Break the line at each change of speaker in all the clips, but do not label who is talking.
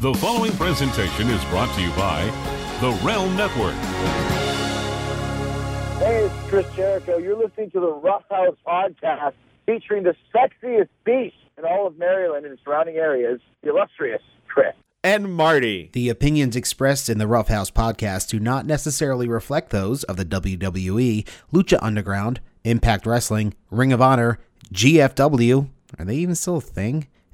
The following presentation is brought to you by the Realm Network.
Hey, it's Chris Jericho. You're listening to the Rough House podcast featuring the sexiest beast in all of Maryland and surrounding areas, the illustrious Chris.
and Marty.
The opinions expressed in the Roughhouse podcast do not necessarily reflect those of the WWE, Lucha Underground, Impact Wrestling, Ring of Honor, GFW, are they even still a thing?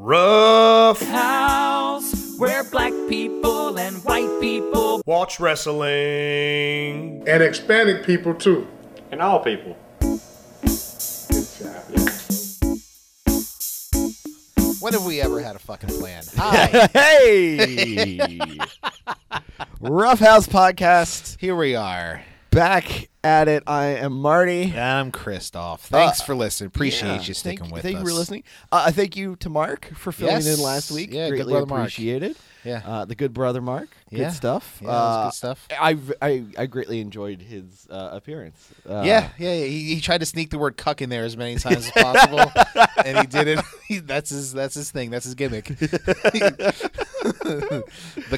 Rough
house where black people and white people
watch wrestling.
and Hispanic people too.
and all people.
When have we ever had a fucking plan? Hi,
Hey,
Rough House Podcast
here we are.
back at it. I am Marty.
I'm Christoph. Thanks for listening. Appreciate
Uh, Yeah.
you sticking
thank,
with
thank
us.
you for listening. Uh, I thank you to Mark for filling
Yes.
in last week.
Yeah, good
greatly
brother Mark.
appreciated.
Yeah.
uh, the good brother Mark. Good
Yeah.
stuff.
Yeah, that was
Uh,
good stuff.
I, I I greatly enjoyed his uh, appearance. Uh,
yeah, yeah, yeah. He, he tried to sneak the word "cuck" in there as many times as possible, and he did it. He, that's his. That's his thing. That's his gimmick. the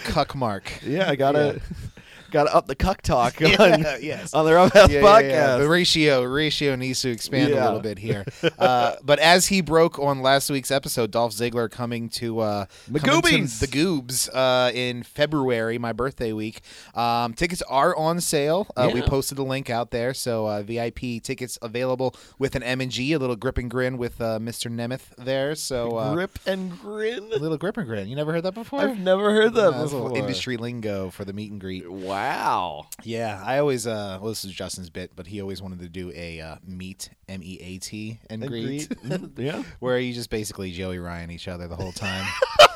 cuck mark.
yeah. I gotta gotta up the cuck talk
Yeah,
on
yes.
on the Rough House
Yeah, yeah,
Podcast.
yeah. The ratio ratio needs to expand a
Yeah.
little bit here. Uh, but as he broke on last week's episode, Dolph Ziggler coming to uh,
The
coming to
Goobies.
the Goobs uh, in February, my birthday week. Um, tickets are on sale. Uh, We posted the link out there, so uh, VIP tickets available with an M and G, a little grip and grin with uh, Mr. Nemeth there. So uh,
Grip and grin.
a little grip and grin. You never heard that before?
I've never heard that
Uh, that's a
before.
little industry lingo for the meet and greet.
Wow.
Yeah, I always uh well this is Justin's bit, but he always wanted to do a uh, meet M E A T and greet,
Mm, yeah.
where you just basically Joey Ryan each other the whole time.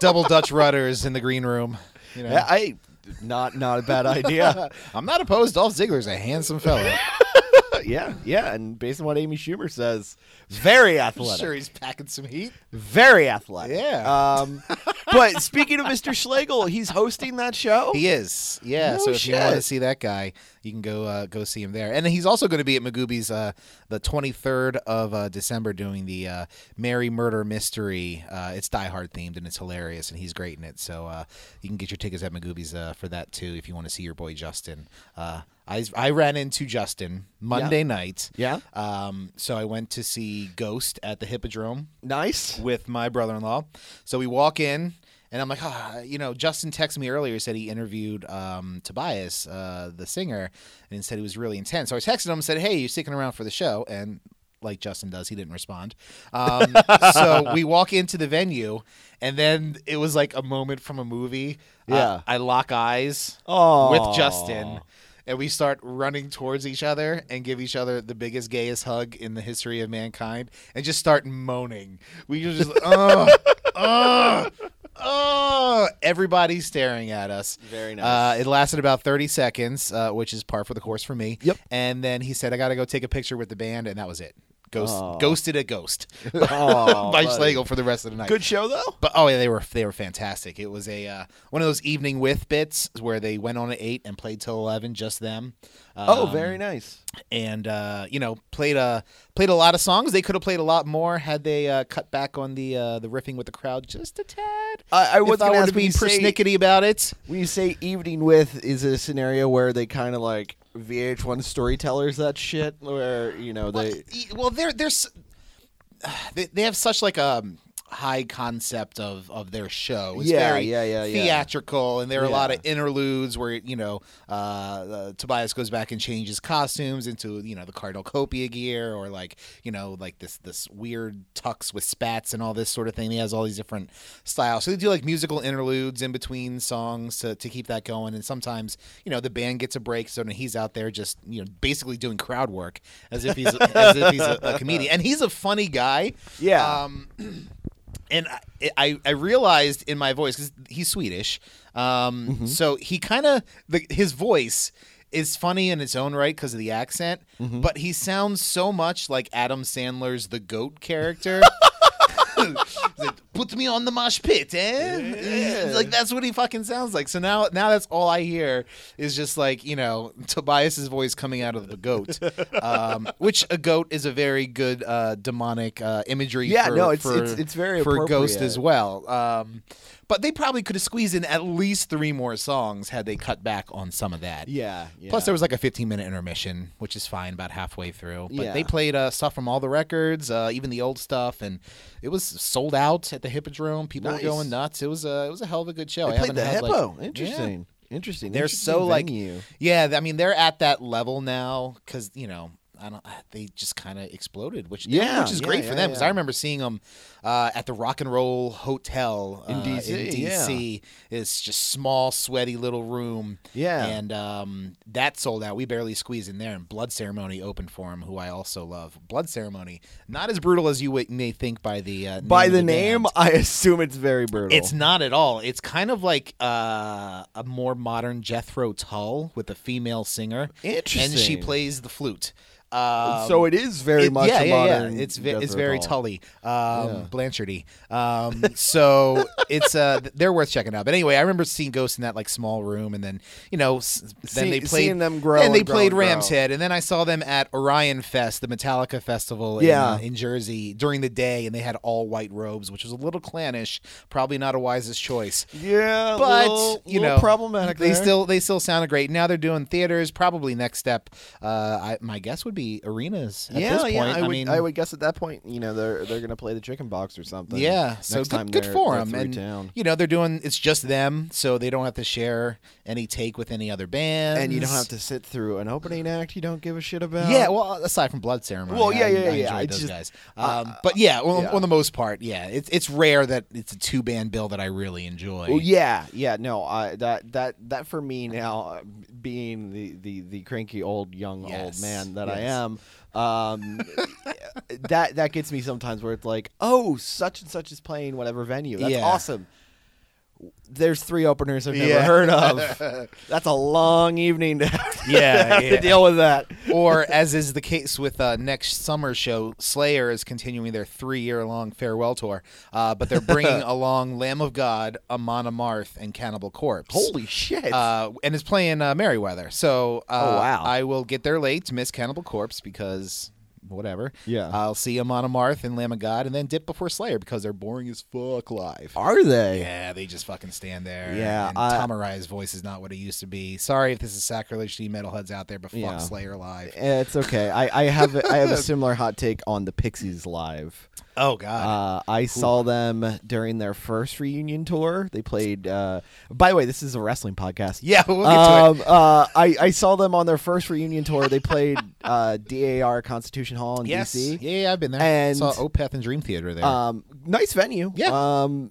Double Dutch rudders in the green room. You know,
Yeah, I not not a bad idea.
I'm not opposed. Dolph Ziggler's a handsome fella.
yeah, yeah, and based on what Amy Schumer says, very athletic,
sure, he's packing some heat.
very athletic.
Yeah.
Um, but speaking of Mr. Schlegel, he's hosting that show.
He is, yeah.
No
so if you want to
shit.
see that guy, you can go uh, go see him there. And he's also going to be at Magoobies uh, the 23rd of uh, December doing the uh, Mary Murder Mystery. Uh, it's Die Hard themed and it's hilarious, and he's great in it. So uh, you can get your tickets at Magoobies uh, for that too if you want to see your boy Justin. Uh, I, I ran into Justin Monday night.
Yeah.
Um, so I went to see Ghost at the Hippodrome
Nice.
with my brother-in-law. So we walk in, and I'm like, ah, you know, Justin texted me earlier said he interviewed um, Tobias, uh, the singer, and said it was really intense. So I texted him and said, hey, you sticking around for the show? And like Justin does, he didn't respond. Um, so we walk into the venue, and then it was like a moment from a movie. Uh,
Yeah.
I lock eyes
Aw.
with Justin. And we start running towards each other and give each other the biggest, gayest hug in the history of mankind, and just start moaning. We just, oh, oh, oh! Everybody's staring at us.
Very
Uh, it lasted about thirty seconds, uh, which is par for the course for me.
Yep.
And then he said, "I got to go take a picture with the band," and that was it. Ghost,
Aw.
ghosted a ghost
Aw,
by
buddy.
Schlegel for the rest of the night.
Good show though.
But oh yeah, they were they were fantastic. It was a uh, one of those evening with bits where they went on at eight and played till eleven, just them.
Oh,
Um,
very nice.
And uh, you know, played a played a lot of songs. They could have played a lot more had they uh, cut back on the uh, the riffing with the crowd just a tad.
I, I was
if I
gonna
were
ask
to be
when you say-
persnickety about it,
When you say evening with, is it a scenario where they kind of like VH1 storytellers that shit, where you know they
E, Y- well, there, there's they, they have such like a high concept of of their show. It's
Yeah,
very
yeah, yeah, yeah.
theatrical, and there are a lot
Yeah.
of interludes where you know uh, uh, Tobias goes back and changes costumes into you know the Cardinal Copia gear, or like you know like this this weird tux with spats and all this sort of thing. He has all these different styles. So they do like musical interludes in between songs to to keep that going, and sometimes you know the band gets a break, so then he's out there just you know basically doing crowd work as if he's as if he's a, a comedian, and he's a funny guy.
Yeah.
Um, and I, I, I realized in my voice because he's Swedish, um, so he kind of his voice is funny in its own right because of the accent, but he sounds so much like Adam Sandler's the Goat character. Like, Put me on the mosh pit, eh? It's Like that's what he fucking sounds like. So now, now that's all I hear is just like you know Tobias's voice coming out of the goat, um, which a goat is a very good uh, demonic uh, imagery.
Yeah,
for-
no, it's-
for-
it's- it's very
for Ghost
appropriate.
as well. Um, but they probably could have squeezed in at least three more songs had they cut back on some of that.
Yeah, yeah.
Plus, there was like a 15 minute intermission, which is fine about halfway through. But
Yeah.
they played uh, stuff from all the records, uh, even the old stuff, and it was sold out at the Hippodrome. People
Nice.
were going nuts. It was a it was a hell of a good show.
They
I
played
haven't
the
had, like-
hippo.
Yeah.
Interesting. Interesting.
They're
Interesting
so like
venue.
yeah. th- I mean, they're at that level now because you know. I don't. uh, They just kind of exploded, which
Yeah,
which is
yeah,
great for
yeah,
them because I
yeah.
remember seeing them uh, at the Rock and Roll Hotel
In
uh,
DC, yeah.
DC. it's just small, sweaty little room.
Yeah.
and um, that sold out. We barely squeezed in there. And Blood Ceremony opened for him, who I also love. Blood Ceremony, not as brutal as you would, may think by the uh,
By
name
the
of
name,
band.
I assume it's very brutal.
It's not at all. It's kind of like uh, a more modern Jethro Tull with a female singer. And she
Interesting.
plays the flute. Um,
so it is very
it-
much
yeah,
a
yeah, yeah.
modern
It's ve-
Death
it's very
Rattle.
Tully, um, Blanchardy. Um, so it's uh, th- they're worth checking out. But anyway, I remember seeing Ghost in that like small room, and then you know, s- then
See-
they played
seeing them grow
and they
and grow
played
and grow.
Ram's Head, and then I saw them at Orion Fest, the Metallica festival,
Yeah.
in, uh, in Jersey during the day, and they had all white robes, which was a little clannish, probably not a wisest choice
Yeah,
but
little-
you
little
know,
problematic.
They
there.
still they still sounded great. Now they're doing theaters. Probably next step, uh, I, my guess would be arenas. At
yeah,
this point,
yeah. I, would,
mean,
I would guess at that point, you know, they're they're gonna play the chicken box or something.
yeah.
Next
So
time
good, good
they're-
for
they're
them.
through
And
town.
you know they're doing it's just them, so they don't have to share any take with any other band,
and you don't have to sit through an opening act you don't give a shit about.
Yeah, well, aside from blood ceremony,
Well, yeah,
I-
yeah,
I
yeah,
enjoyed
I
those
just- uh,
guys. Um, but yeah, well,
yeah.
on the most part, yeah, it's it's rare that it's a two band bill that I really enjoy.
Well, yeah, yeah, no, I that that that for me now, uh, being the the the cranky old young
Yes,
old man that I
yes.
am, um, that that gets me sometimes where it's like, oh, such and such is playing whatever venue. That's
Yeah.
awesome. There's three openers I've never
Yeah.
heard of. That's a long evening to have to,
Yeah, yeah.
deal with that.
or as is the case with uh, next summer show, Slayer is continuing their three-year-long farewell tour, uh, but they're bringing along Lamb of God, Amon Amarth, and Cannibal Corpse.
Holy shit!
Uh, and it's playing uh, Merryweather. So uh,
Oh, wow.
I will get there late to miss Cannibal Corpse because whatever.
Yeah.
I'll see Amon Amarth and Lamb of God, and then dip before Slayer because they're boring as fuck live.
Are they?
Yeah, they just fucking stand there.
Yeah,
and
I-
Tom Arai's voice is not what it used to be. Sorry if this is sacrilege to you metalheads out there, but fuck
Yeah.
Slayer live.
Eh, It's okay. I, I have a, I have a similar hot take on the Pixies live.
Oh God.
Uh, I saw them during their first reunion tour. They played. Uh, by the way, this is a wrestling podcast.
yeah, we'll get to it.
Um, uh, I, I saw them on their first reunion tour. They played uh, DAR Constitution Hall in
Yes.
DC.
Yeah, yeah, I've been there.
And-
saw Opeth and Dream Theater there.
Um, nice venue.
Yeah.
Um,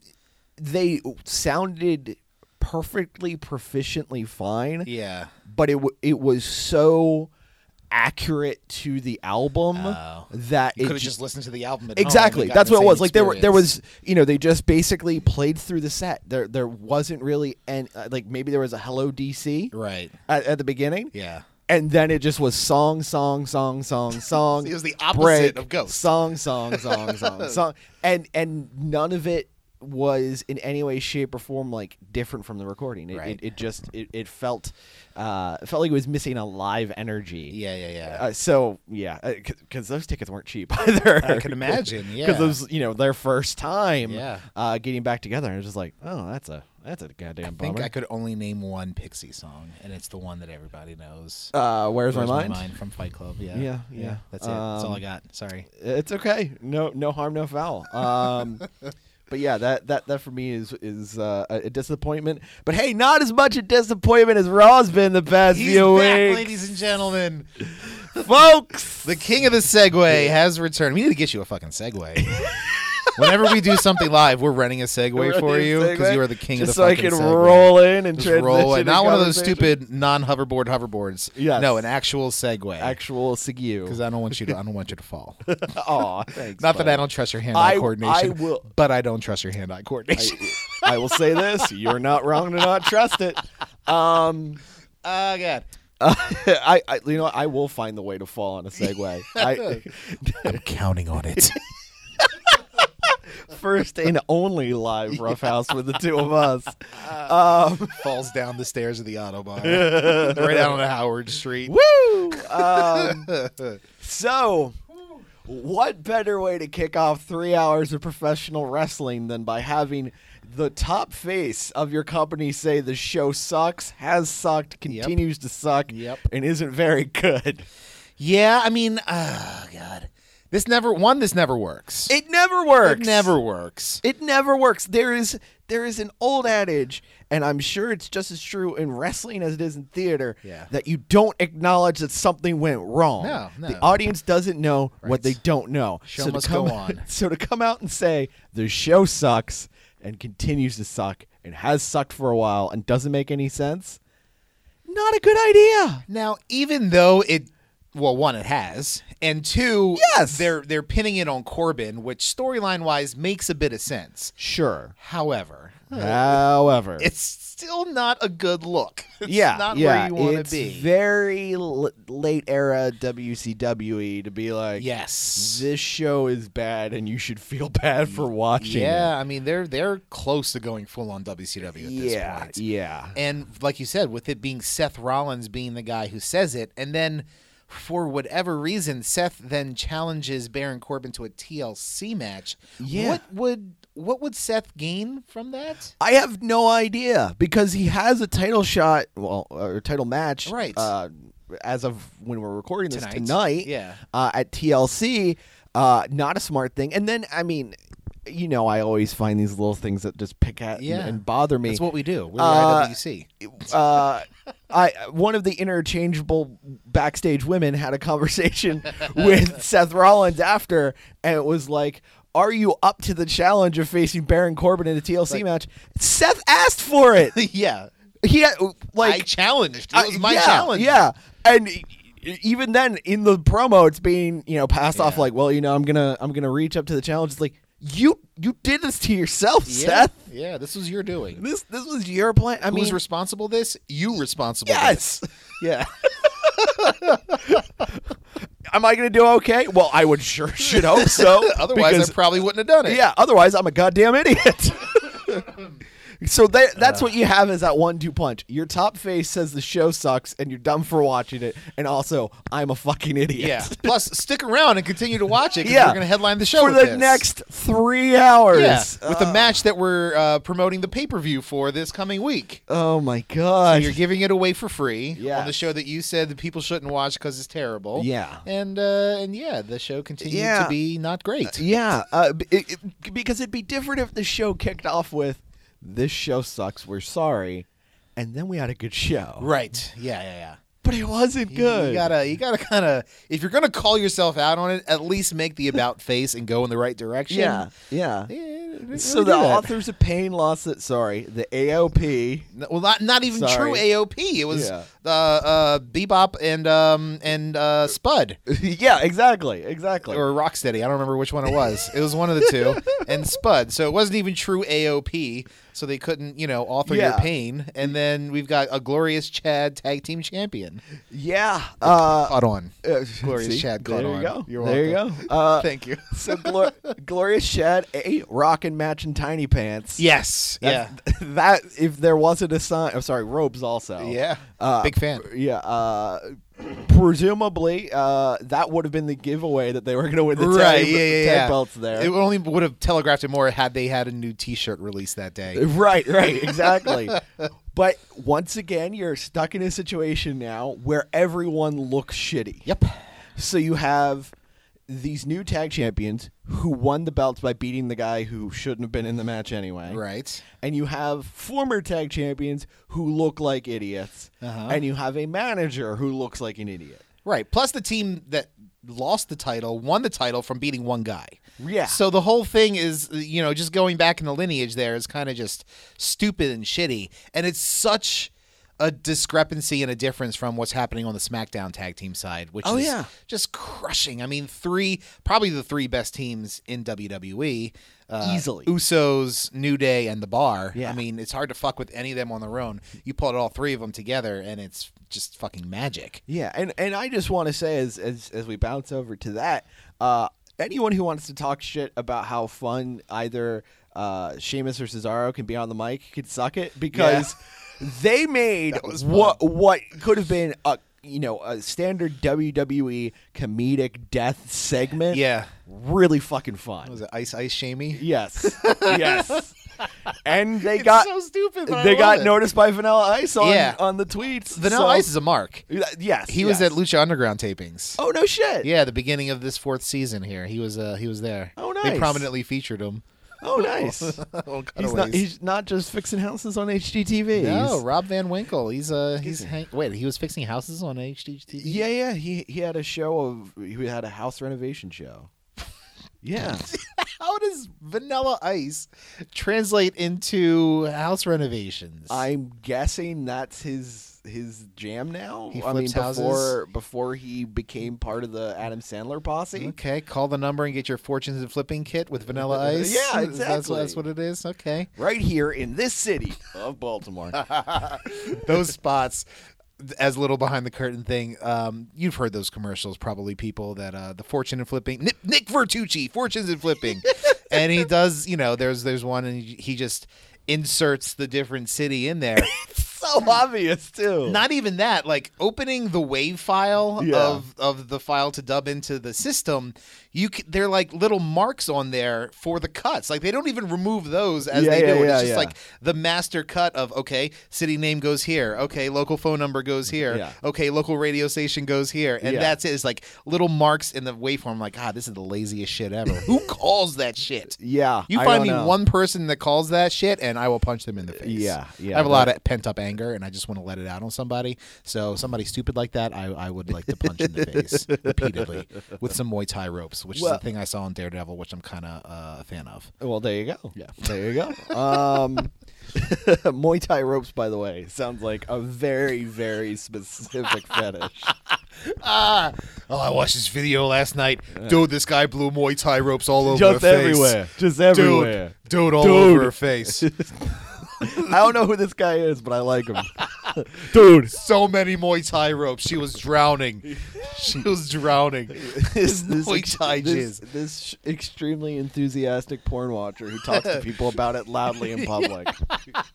they sounded perfectly proficiently fine.
yeah.
but it w- it was so accurate to the album
Oh.
that
You
it
could have
ju-
just listened to the album. At home Oh, and
exactly
gotten
that's
the
what it
same
was like there were there
experience.
was you know they just basically played through the set there there wasn't really and uh, like maybe there was a hello DC
right.
at, at the beginning
Yeah.
and then it just was song song song song song
It was the opposite
break,
of Ghost.
song song song song song and and none of it was in any way shape or form like different from the recording it,
Right.
it, it just it, it felt uh it felt like it was missing a live energy
Yeah, yeah, yeah.
uh, so yeah, because those tickets weren't cheap either.
I can imagine, yeah.
because those, you know, their first time,
Yeah.
uh, getting back together, and it was just like, oh, that's a that's a goddamn
I
bummer.
think I could only name one Pixie song, and it's the one that everybody knows.
uh, where's,
Where's
my mind?
from Fight Club. Yeah,
Yeah, yeah. Um,
That's it. That's all I got. Sorry.
It's okay. No, no harm, no foul. Um, But yeah, that that that for me is is uh, a a disappointment. But hey, not as much a disappointment as Raw's been the past
He's
few
back,
weeks.
ladies and gentlemen.
Folks,
the king of the Segway has returned. We need to get you a fucking Segway. Whenever we do something live, we're renting a Segway
Running
for
a
you because
Segway,
you are the king
just
of the
so I
fucking
can
Segway.
roll in and
Just roll
transition
in.
in
Not one of those
conversation.
stupid non-hoverboard hoverboards.
Yes.
No, an actual Segway.
actual Sigu.
because I don't want you to. I don't want you to fall.
Aw, thanks.
Not that
buddy.
I don't trust your hand-eye
I-
coordination,
I will-
but I don't trust your hand-eye coordination.
I will say this: you're not wrong to not trust it. Um,
oh God,
I, I, you know, I will find the way to fall on a segue. I,
I'm counting on it.
first and only live roughhouse with the two of us. Um,
Falls down the stairs of the Autobahn, right out on Howard Street.
woo! Um, so, what better way to kick off three hours of professional wrestling than by having the top face of your company say the show sucks, has sucked, continues to suck,
Yep.
and isn't very good?
Yeah, I mean, oh God, this never one. This never works.
It never works.
It never works.
It never works. There is there is an old adage, and I'm sure it's just as true in wrestling as it is in theater,
Yeah.
that you don't acknowledge that something went wrong.
No, no.
The audience doesn't know
Right.
what they don't know.
Show
to
must
come,
go on.
So to come out and say the show sucks and continues to suck and has sucked for a while and doesn't make any sense, not a good idea.
Now, even though it, well, one, it has, and two,
Yes.
they're they're pinning it on Corbin, which storyline wise makes a bit of sense.
Sure.
However,
However,
it's still not a good look. It's
yeah,
not
yeah,
where you want
it's
to be.
Very l- late era WCWE E to be like,
yes.
this show is bad, and you should feel bad for watching. it.
Yeah, I mean they're they're close to going full on WCW at this
yeah,
point.
yeah.
And like you said, with it being Seth Rollins being the guy who says it, and then for whatever reason, Seth then challenges Baron Corbin to a TLC match.
Yeah.
What would what would Seth gain from that?
I have no idea because he has a title shot, well, uh, or title match,
Right.
Uh, as of when we're recording this
Tonight.
tonight,
Yeah.
uh, at TLC, uh, not a smart thing. And then, I mean, you know, I always find these little things that just pick at and-
Yeah.
and, bother me.
That's what we do. We're
Uh,
IWC.
uh, I one of the interchangeable backstage women had a conversation with Seth Rollins after, and it was like, "Are you up to the challenge of facing Baron Corbin in a TLC match?" Seth asked for it.
yeah.
He had,
I
like
challenged. It was
I-
my
yeah,
challenge.
Yeah, and e- even then in the promo, it's being you know passed off
Yeah.
like, "Well, you know, I'm gonna I'm gonna reach up to the challenge." It's like you you did this to yourself,
Yeah.
Seth.
Yeah, this was your doing.
This this was your plan. I
Who's
mean,
responsible this? You responsible
yes.
this. Yeah.
am I going to do okay? Well, I would sure should hope so.
Otherwise
because-
I probably wouldn't have done it.
yeah. Otherwise, I'm a goddamn idiot. so
Uh.
that, that's what you have is that one-two punch. Your top face says the show sucks, and you're dumb for watching it, and also I'm a fucking idiot.
Yeah. Plus, stick around and continue to watch it because
Yeah.
we're going to headline the show
for
with
the
this.
next three hours.
Yeah, with the match that we're uh, promoting the pay per view for this coming week.
Oh my
So
god.
you're giving it away for free on the
Yes.
show that you said that people shouldn't watch because it's terrible.
Yeah.
and uh, and yeah, the show continued to
Yeah.
be not great.
yeah, uh, b- it, it- because it'd be different if the show kicked off with "This show sucks, we're sorry," and then we had a good show.
Right? Yeah, yeah, yeah.
but it wasn't
You-
good.
You gotta, you gotta kind of, if you're gonna call yourself out on it, at least make the about face and go in the right direction.
yeah, yeah.
Yeah, they didn't
So
really
the
do that.
authors of pain lost it. Sorry, the AOP.
No, well, not not even
Sorry.
true AOP. It was
Yeah.
uh, uh, Bebop and um and uh, Spud.
yeah, exactly, exactly.
or Rocksteady. I don't remember which one it was. It was one of the two. And Spud. So it wasn't even true AOP. So they couldn't, you know, author your
Yeah.
pain. And then we've got a glorious Chad tag team champion.
yeah. Uh,
Caught on.
uh,
Glorious
see?
Chad caught
There
on.
you go.
You're
there
welcome.
you go. Uh,
Thank you.
so Glor- glorious Chad, a rockin' matching tiny pants.
Yes.
That's-
yeah.
That if there wasn't a sign. I'm sorry, robes also.
Yeah.
Uh,
Big fan.
Yeah. Uh, presumably, uh, that would have been the giveaway that they were going to win the
right.
tag,
yeah.
tag
Yeah. yeah.
belts there.
It only would have telegraphed it more had they had a new T-shirt released that day.
Right, right, exactly. but once again, you're stuck in a situation now where everyone looks shitty.
Yep.
So you have these new tag champions who won the belts by beating the guy who shouldn't have been in the match anyway.
Right.
And you have former tag champions who look like idiots.
Uh-huh.
And you have a manager who looks like an idiot.
Right. Plus the team that lost the title won the title from beating one guy.
Yeah.
So the whole thing is, you know, just going back in the lineage there is kind of just stupid and shitty. And it's such a discrepancy and a difference from what's happening on the SmackDown tag team side, which
Oh,
is
yeah.
just crushing. I mean, three, probably the three best teams in WWE. Uh,
Easily.
Usos, New Day, and The Bar.
Yeah.
I mean, it's hard to fuck with any of them on their own. You put all three of them together, and it's just fucking magic.
Yeah, and and I just want to say as as as we bounce over to that, uh, anyone who wants to talk shit about how fun either uh, Sheamus or Cesaro can be on the mic could suck it because they made what what could have been a you know a standard WWE comedic death segment.
Yeah.
really fucking fun.
Was it Ice Ice Shamey?
Yes, yes, and they
It's
got
so stupid. but I
they
love
got
it.
noticed by Vanilla Ice on
Yeah.
on the tweets.
Vanilla
so-
Ice is a mark.
Yes,
He was
yes.
at Lucha Underground tapings.
Oh no shit.
Yeah, the beginning of this fourth season here. He was uh he was there.
Oh,
They
nice.
prominently featured him.
Oh nice.
Oh,
He's not, he's not just fixing houses on HGTV.
no, Rob Van Winkle. He's uh he's hang- wait, he was fixing houses on HDTV.
Yeah, yeah. He he had a show of he had a house renovation show. Yeah.
How does Vanilla Ice translate into house renovations?
I'm guessing that's his his jam now.
He
I mean
flips houses.
before before he became part of the Adam Sandler posse.
Okay, call the number and get your fortunes and flipping kit with Vanilla Ice.
Yeah,
That's- That's,
exactly.
what it is. Okay.
Right here in this city of Baltimore.
those spots as a little behind the curtain thing um, you've heard those commercials probably people that uh, the fortune and flipping nick, nick vertucci fortunes and flipping and he does you know there's there's one and he just inserts the different city in there
so obvious too.
not even that like opening the wave file
Yeah.
of of the file to dub into the system you c- they're like little marks on there for the cuts like they don't even remove those as
Yeah,
they
yeah,
do it.
yeah,
it's just
yeah.
like the master cut of okay city name goes here okay local phone number goes here
Yeah.
okay local radio station goes here and
Yeah.
that's it it's like little marks in the waveform like god this is the laziest shit ever who calls that shit
yeah.
you
I
find
don't
me
know.
one person that calls that shit, and I will punch them in the face.
Yeah, yeah,
I have a lot of pent up anger, and I just want to let it out on somebody. So somebody stupid like that, I, I would like to punch in the face repeatedly with some Muay Thai ropes, which is
Well- Oh.
the thing I saw in Daredevil, which I'm kind of uh, a fan of.
Well, there you go. Yeah, there you go. Um, Muay Thai ropes, by the way, sounds like a very, very specific fetish.
Oh, I watched this video last night, dude. This guy blew Muay Thai ropes all over
Just
her face.
everywhere. Just
Dude,
everywhere.
dude, all
Dude.
over her face.
I don't know who this guy is, but I like him, dude.
So many Muay Thai ropes. She was drowning. She was drowning.
This, this,
Muay Thai
this,
jizz.
this sh- extremely enthusiastic porn watcher who talks to people about it loudly in public.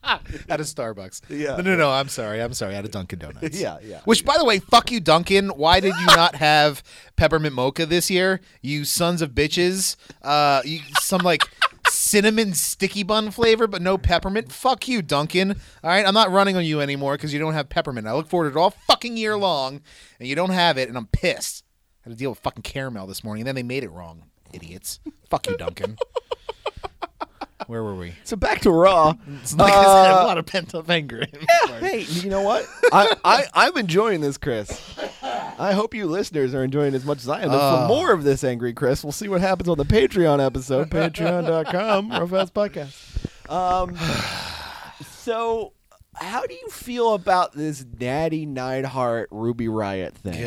at a Starbucks.
Yeah.
No, no, no. I'm sorry. I'm sorry. At a Dunkin' Donuts.
Yeah, yeah.
Which, by the way, fuck you, Dunkin'. Why did you not have peppermint mocha this year? You sons of bitches. Uh, you, some like cinnamon sticky bun flavor, but no peppermint. Fuck you, Dunkin'. All right, I'm not running on you anymore because you don't have peppermint. I look forward to it all fucking year long, and you don't have it, and I'm pissed. I had to deal with fucking caramel this morning, and then they made it wrong. Idiots. fuck you, Dunkin'. Where were we?
So back to Raw.
It's like I said,
Uh,
a lot of pent up anger. in me.
Hey, you know what? I, I I'm enjoying this, Chris. I hope you listeners are enjoying it as much as I am. And for
Ah.
more of this angry Chris, we'll see what happens on the Patreon episode. Patreon.com, Rofast Podcast. Um, so how do you feel about this Natty Neidhart Ruby Riot thing?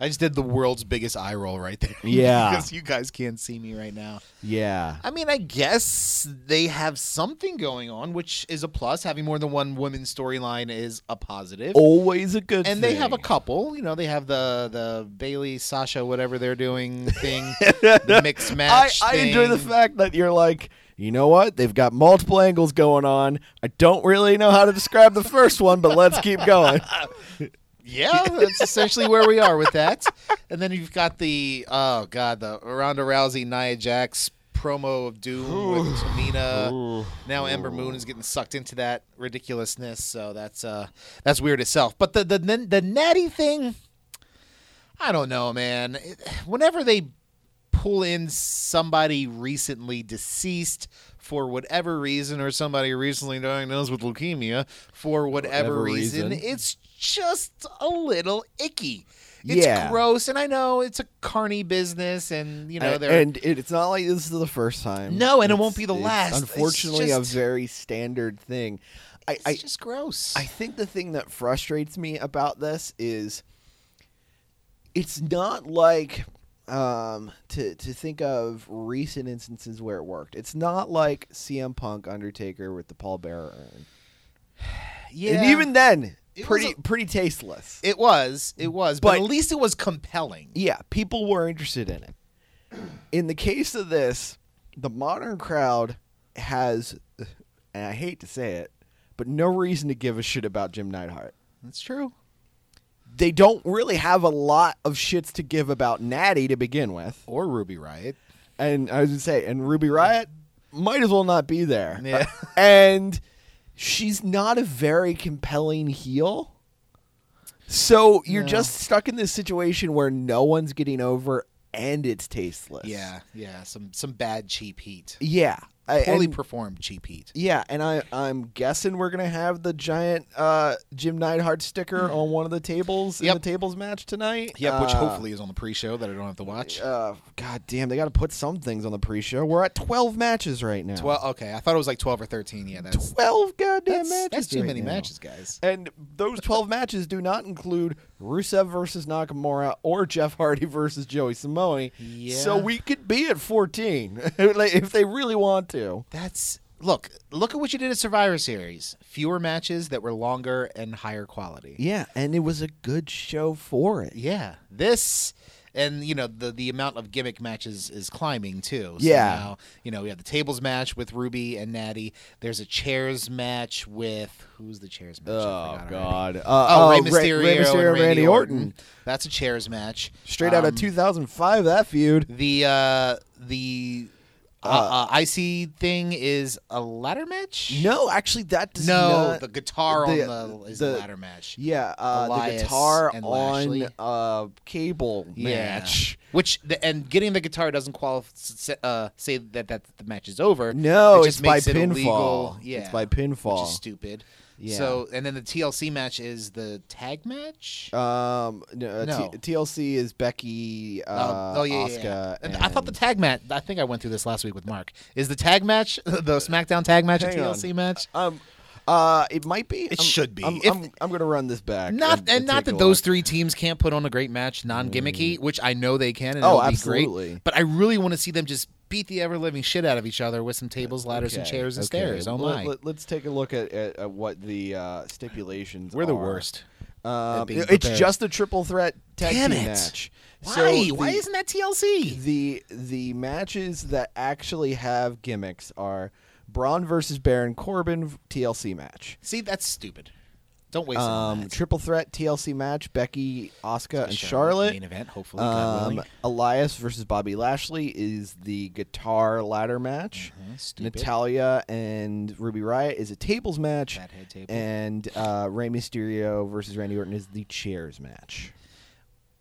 I just did the world's biggest eye roll right there.
Yeah.
because you guys can't see me right now.
Yeah.
I mean, I guess they have something going on, which is a plus. Having more than one women's storyline is a positive.
Always a Oh, good
and they
thing.
have a couple, you know. They have the the Bailey, Sasha, whatever they're doing thing, the mixed
I,
match.
I enjoy the
thing.
fact that you're like, you know what? They've got multiple angles going on. I don't really know how to describe the first one, but let's keep going.
Yeah, that's essentially where we are with that. And then you've got the oh god, the Ronda Rousey Nia Jax promo of Doom with Tamina. Now Ember Moon is getting sucked into that ridiculousness, so that's uh that's weird itself. But the the the, the natty thing I don't know, man. It- Whenever they pull in somebody recently deceased for whatever reason, or somebody recently diagnosed with leukemia for whatever,
Whatever
reason,
reason.
it's just a little icky. It's
Yeah.
gross, and I know it's a carny business, and you know
A-
they're
and it, it's not like this is the first time.
No, and it
It's-
won't be the
it's
last. It's
Unfortunately,
just-
a very standard thing. I,
it's
I
just gross.
I think the thing that frustrates me about this is it's not like um, to to think of recent instances where it worked. It's not like CM Punk Undertaker with the pallbearer urn.
yeah,
And even then,
It was
pretty
a-
pretty tasteless.
it was, it was, but,
But-
at least it was compelling.
yeah, people were interested in it. In the case of this, the modern crowd has and I hate to say it, but no reason to give a shit about Jim Neidhart.
That's true.
they don't really have a lot of shits to give about Natty to begin with.
Or Ruby Riot.
And I was gonna say, and Ruby Riot might as well not be there.
Yeah.
and she's not a very compelling heel. So you're
No.
just stuck in this situation where no one's getting over and it's tasteless.
Yeah, yeah, some some bad cheap heat.
Yeah. I-
Poorly
and-
performed cheap heat.
yeah, and I, I'm guessing we're gonna have the giant uh, Jim Neidhart sticker on one of the tables in
Yep.
the tables match tonight.
Yep, which
Uh,
hopefully is on the pre-show that I don't have to watch.
uh, God damn, they got to put some things on the pre-show. We're at twelve matches right now.
Well, okay, I thought it was like twelve or thirteen. Yeah, that's
Twelve goddamn
that's,
matches.
that's too
right
many
now.
matches, guys.
And those twelve matches do not include Rusev versus Nakamura or Jeff Hardy versus Joey Samoa. So
Yeah.
we could be at fourteen like, if they really want to.
That's look, look at what you did at Survivor Series. Fewer matches that were longer and higher quality.
Yeah, and it was a good show for it.
Yeah, this and you know the the amount of gimmick matches is climbing too. So
Yeah.
now, you know we have the tables match with Ruby and Natty. There's a chairs match with who's the chairs match? I forgot already.
Uh,
Oh, Rey
Rey-
Mysterio,
Rey
and
Mysterio
Randy, Orton.
Orton.
That's a chairs match.
Straight out of
Um,
2005, that feud.
The uh, the uh, uh, icy thing is a ladder match.
No, actually, that does
no,
not.
the guitar
the-
on the is
the-
the ladder match.
Yeah, uh, the
Elias
guitar
and
on
Lashley.
uh, cable
Yeah.
match.
Which the, and getting the guitar doesn't qualify uh, say that that the match is over.
No,
It just
it's by
makes it
pinfall.
illegal. Yeah,
It's by
Which
pinfall.
is stupid.
Yeah.
So and then the TLC match is the tag match.
Um, no, uh,
No.
T- TLC is Becky, uh,
Oh, oh, yeah, yeah,
Asuka,
yeah. And
And
I thought the tag match. I think I went through this last week with Mark. Is the tag match the SmackDown tag match a
Hang on.
TLC match?
um, uh, it might be. It
should be.
I'm,
If-
I'm, I'm gonna run this back.
Not and, not
take a
that those
look.
three teams can't put on a great match, non gimmicky, which I know they can. And
Oh,
it'll Be
absolutely.
great, but I really want to see them just beat the ever living shit out of each other with some tables, ladders, and
Okay,
chairs and
okay.
stairs. Oh
Let-
my,
Let, us take a look at, at, at what the uh, stipulations.
we're the
are.
worst.
Um,
being
it's
prepared.
just a triple threat tag
Damn
team
it.
match.
Why?
So
Why
the-
isn't that TLC?
the the matches that actually have gimmicks are Braun versus Baron Corbin TLC match.
See, that's stupid. Don't waste
Um,
it.
triple threat TLC match: Becky, Oscar, and
main
Charlotte.
event. Hopefully, God
Um,
willing.
Elias versus Bobby Lashley is the guitar ladder match.
Mm-hmm. stupid.
Natalia and Ruby Riot is a tables match,
Fathead table.
and uh, Rey Mysterio versus Randy Orton is the chairs match.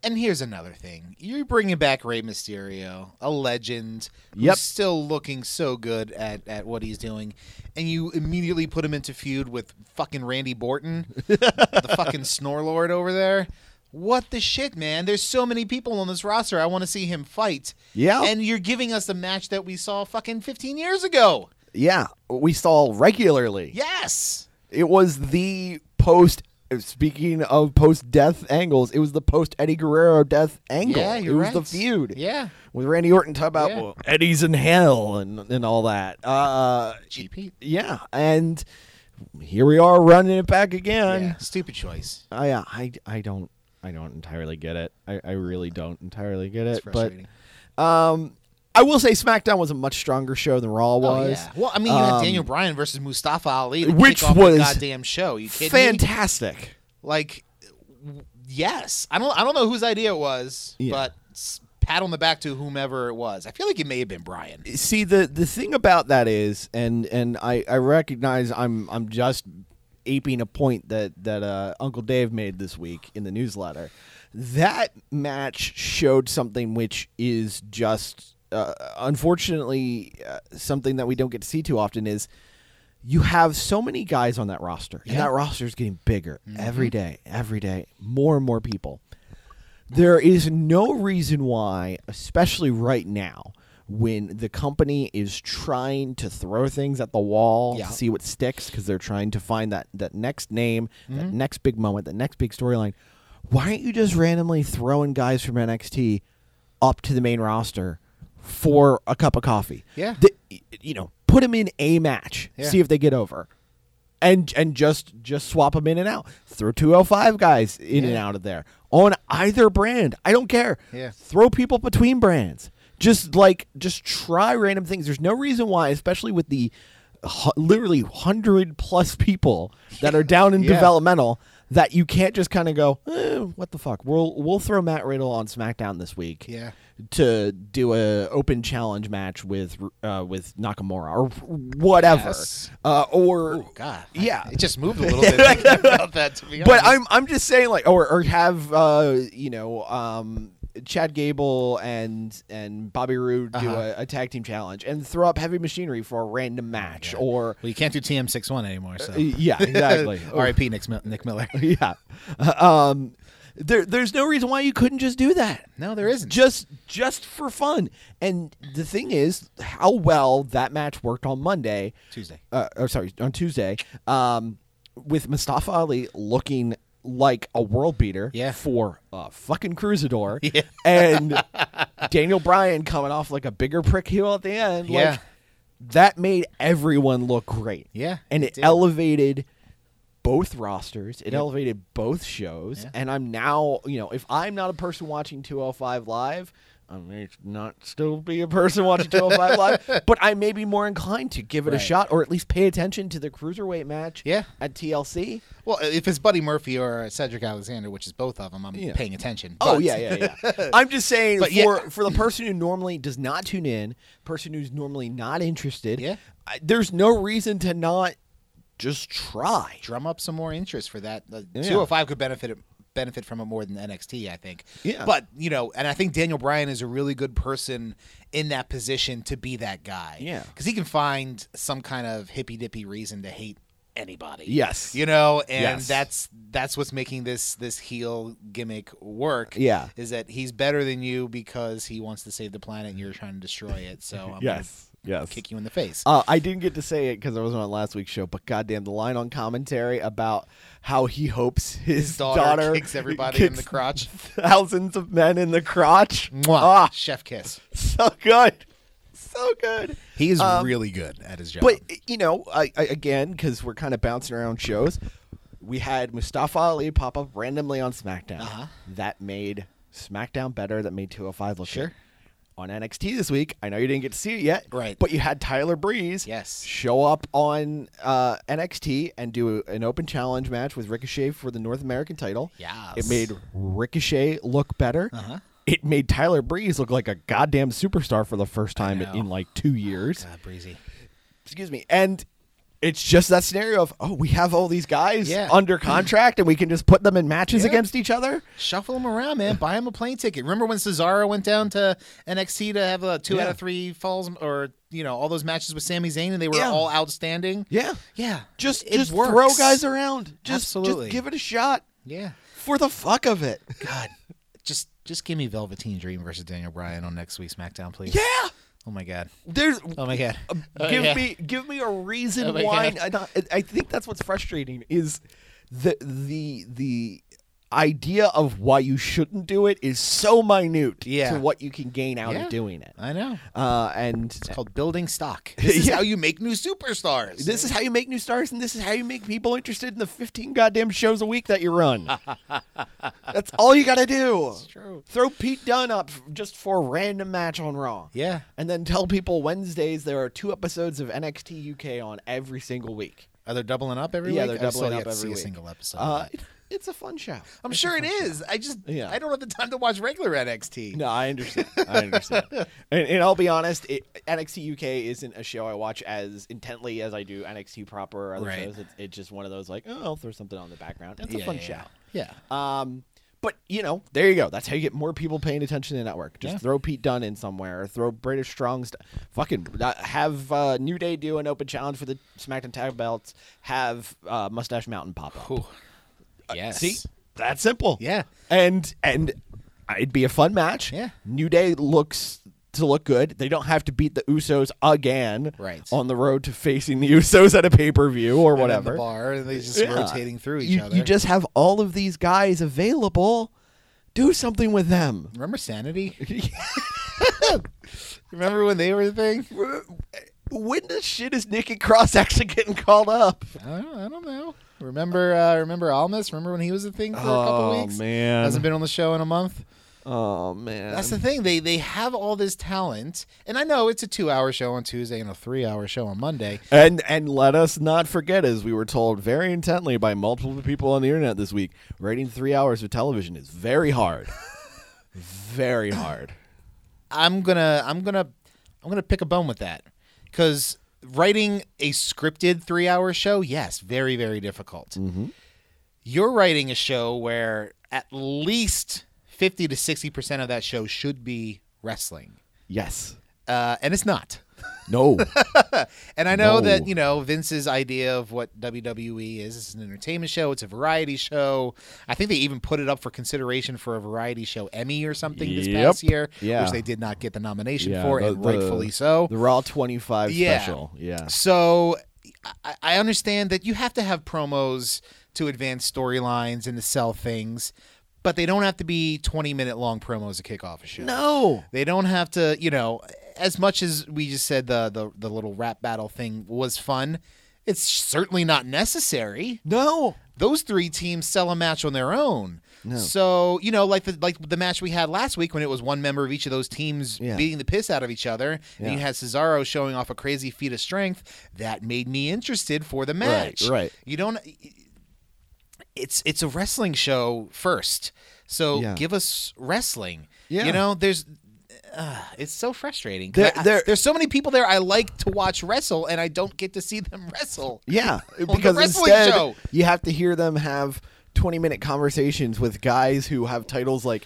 And here's another thing. You're bringing back Rey Mysterio, a legend who's
Yep.
still looking so good at, at what he's doing, and you immediately put him into feud with fucking Randy Borton, the fucking Snorlord over there. What the shit, man? There's so many people on this roster. I want to see him fight.
Yeah.
And you're giving us the match that we saw fucking 15 years ago.
Yeah, we saw regularly.
Yes.
It was the post. Speaking of post death angles, it was the post Eddie Guerrero death angle.
Yeah, you're
it was
right.
the feud.
Yeah.
With Randy Orton talking about
Yeah.
well, Eddie's in hell and and all that. Uh,
GP.
yeah, and here we are running it back again.
Yeah. Stupid choice.
I, uh, I I don't I don't entirely get it. I, I really don't entirely get it. But
frustrating.
um, I will say SmackDown was a much stronger show than Raw
Oh,
was.
yeah. Well, I mean, you had
Um,
Daniel Bryan versus Mustafa Ali, to
which
kick off
was
the goddamn show. You kidding me?
fantastic.
Like, w- yes, I don't, I don't know whose idea it was,
Yeah.
but s- pat on the back to whomever it was. I feel like it may have been Bryan.
see the the thing about that is and and I I recognize I'm I'm just aping a point that that uh, Uncle Dave made this week in the newsletter. That match showed something which is just uh, unfortunately uh, something that we don't get to see too often is you have so many guys on that roster, and that roster is getting bigger
Mm-hmm.
every day, every day, more and more people. There is no reason why, especially right now, when the company is trying to throw things at the wall
Yeah.
to see what sticks, because they're trying to find that that next name,
Mm-hmm.
that next big moment, that next big storyline. Why aren't you just randomly throwing guys from NXT up to the main roster for a cup of coffee?
Yeah.
Th- you know, put them in a match, see if they get over and and just just swap them in and out. Throw 205 guys in and out of there on either brand. I don't care.
Yeah.
Throw people between brands. Just like just try random things. There's no reason why, especially with the hu- literally 100 plus people that are down in
Yeah.
developmental that you can't just kind of go, eh, what the fuck? We'll we'll throw Matt Riddle on SmackDown this week
Yeah.
to do a open challenge match with uh, with Nakamura or whatever
Yes.
uh, or
God.
yeah.
It just moved a little bit thinking about that, to be honest.
But I'm I'm just saying like or or have uh you know um Chad Gable and and Bobby Roode do
Uh-huh.
a, a tag team challenge and throw up heavy machinery for a random
Oh,
match or
Well, you can't do TM61 anymore, so.
yeah Uh, exactly
R.I.P. Nick, Smil- Nick Miller.
yeah um there there's no reason why you couldn't just do that
No, there isn't.
just just for fun and the thing is how well that match worked on Monday
Tuesday.
uh, or sorry, on Tuesday, um, with Mustafa Ali looking like a world beater
Yeah.
for a fucking cruisador,
Yeah.
and Daniel Bryan coming off like a bigger prick heel at the end.
Yeah.
Like, that made everyone look great.
Yeah,
and
it
it,
did.
elevated both rosters. It elevated both shows,
Yeah.
and I'm now you know if I'm not a person watching 205 live. I may not still be a person watching 205 live, but I may be more inclined to give it a
Right.
shot or at least pay attention to the cruiserweight match
Yeah.
at TLC.
Well, if it's Buddy Murphy or Cedric Alexander, which is both of them, I'm
Yeah.
paying attention.
Oh
But-
yeah, yeah, yeah. I'm just saying for
But yeah.
for the person who normally does not tune in, person who's normally not interested,
Yeah.
I, there's no reason to not just try.
Drum up some more interest for that. The
Yeah.
205 could benefit benefit from it more than NXT, I think.
Yeah.
But, you know, and I think Daniel Bryan is a really good person in that position to be that guy.
Yeah.
Because he can find some kind of hippy dippy reason to hate anybody.
Yes.
You know, and
Yes.
that's that's what's making this this heel gimmick work.
Yeah.
Is that he's better than you because he wants to save the planet and you're trying to destroy it. So I'm
Yes,
gonna
yes.
kick you in the face.
Uh, I didn't get to say it because I wasn't on last week's show, but goddamn, the line on commentary about how he hopes his,
His daughter kicks everybody in the
kicks
crotch.
thousands of men in the crotch.
Mwah.
Ah,
Chef kiss.
so good, so good.
He's really good at his job.
But you know, I, I, again, because we're kind of bouncing around shows, we had Mustafa Ali pop up randomly on SmackDown.
Uh-huh.
That made SmackDown better. That made 205 look sure. On NXT this week, I know you didn't get to see it yet,
Right.
But you had Tyler Breeze,
Yes.
show up on uh, NXT and do an open challenge match with Ricochet for the North American title.
Yes.
it made Ricochet look better. Uh-huh. It made Tyler Breeze look like a goddamn superstar for the first time in like two years
God, Ah, breezy.
excuse me and it's just that scenario of oh we have all these guys
Yeah.
under contract and we can just put them in matches
Yeah.
against each other
Shuffle him around, man. Buy him a plane ticket. Remember when Cesaro went down to NXT to have uh, two
Yeah.
out of three falls, or you know, all those matches with Sami Zayn, and they were
Yeah.
all outstanding.
yeah
yeah.
just
It
just
works.
throw guys around just
Absolutely.
just give it a shot
Yeah.
for the fuck of it
God, just just give me Velveteen Dream versus Daniel Bryan on next week's SmackDown, please.
yeah Uh,
Oh my God.
there's
Oh my God. Oh,
give
yeah.
me give me a reason
Oh my
why
God.
I, not, I- I think that's what's frustrating is the the the idea of why you shouldn't do it is so minute
Yeah.
to what you can gain out
Yeah.
of doing it
I know.
uh, and
It's called building stock. This is
Yeah.
how you make new superstars.
This is how you make new stars, and this is how you make people interested in the 15 goddamn shows a week that you run. That's all you got to do.
true.
Throw Pete Dunne up f- just for a random match on Raw.
Yeah.
And then tell people Wednesdays there are two episodes of NXT UK on every single week.
Are they doubling up every
yeah,
week?
they're
I still
doubling
yet
up
to
every
see
week.
a single episode. of
Uh,
that.
it's a fun show.
I'm sure it is. I just
Yeah.
I don't have the time to watch regular NXT.
No, I understand. I understand. and, and I'll be honest, it, NXT UK isn't a show I watch as intently as I do NXT proper or other
Right.
shows. It's, it's just one of those like, oh, I'll throw something on in the background. It's a
Yeah,
fun
yeah,
show.
Yeah.
Um, but you know, there you go. That's how you get more people paying attention to the network. Just
Yeah.
throw Pete Dunne in somewhere, or throw British Strong. St- fucking uh, have uh, New Day do an open challenge for the SmackDown tag belts. Have uh, Mustache Mountain pop up.
yes.
See, that's simple.
Yeah.
and and it'd be a fun match.
Yeah.
New Day looks to look good. They don't have to beat the Usos again.
Right.
on the road to facing the Usos at a pay per view or
And then
whatever.
The bar and they just
Yeah.
rotating through each
you,
other.
You just have all of these guys available. Do something with them.
remember Sanity? remember when they were the thing?
When the shit is Nikki Cross actually getting called up?
I don't, I don't know. Remember uh, remember Almas? Remember when he was the thing for a couple
Oh,
weeks?
man.
Hasn't been on the show in a month.
Oh man,
That's the thing. They they have all this talent, and I know it's a two hour show on Tuesday and a three hour show on Monday.
and and let us not forget, as we were told very intently by multiple people on the internet this week, rating three hours of television is very hard. very hard.
I'm gonna I'm gonna I'm gonna pick a bone with that because writing a scripted three hour show, yes, very very difficult. You're writing a show where at least fifty to sixty percent of that show should be wrestling,
Yes.
uh, and it's not.
No.
And I know
No.
that you know Vince's idea of what WWE is. It's an entertainment show. It's a variety show. I think they even put it up for consideration for a variety show Emmy or something this
Yep.
past year,
Yeah.
which they did not get the nomination
Yeah,
for,
the-
and
the-
rightfully so.
the Raw twenty five
Yeah.
special. Yeah.
So I, I understand that you have to have promos to advance storylines and to sell things, but they don't have to be 20 minute long promos to kick off a show.
No.
They don't have to, you know, as much as we just said the the, the little rap battle thing was fun, it's certainly not necessary.
No.
Those three teams sell a match on their own. So, you know, like the like the match we had last week when it was one member of each of those teams
Yeah.
beating the piss out of each other, and you
Yeah.
had Cesaro showing off a crazy feat of strength, that made me interested for the match.
right.
You don't it's it's a wrestling show first. So
Yeah.
give us wrestling.
Yeah.
You know, there's it's so frustrating. 'Cause
There-
I- I-
there-
there's so many people there I like to watch wrestle, and I don't get to see them wrestle.
Yeah,
On the
because
wrestling
instead
show.
you have to hear them have twenty-minute conversations with guys who have titles like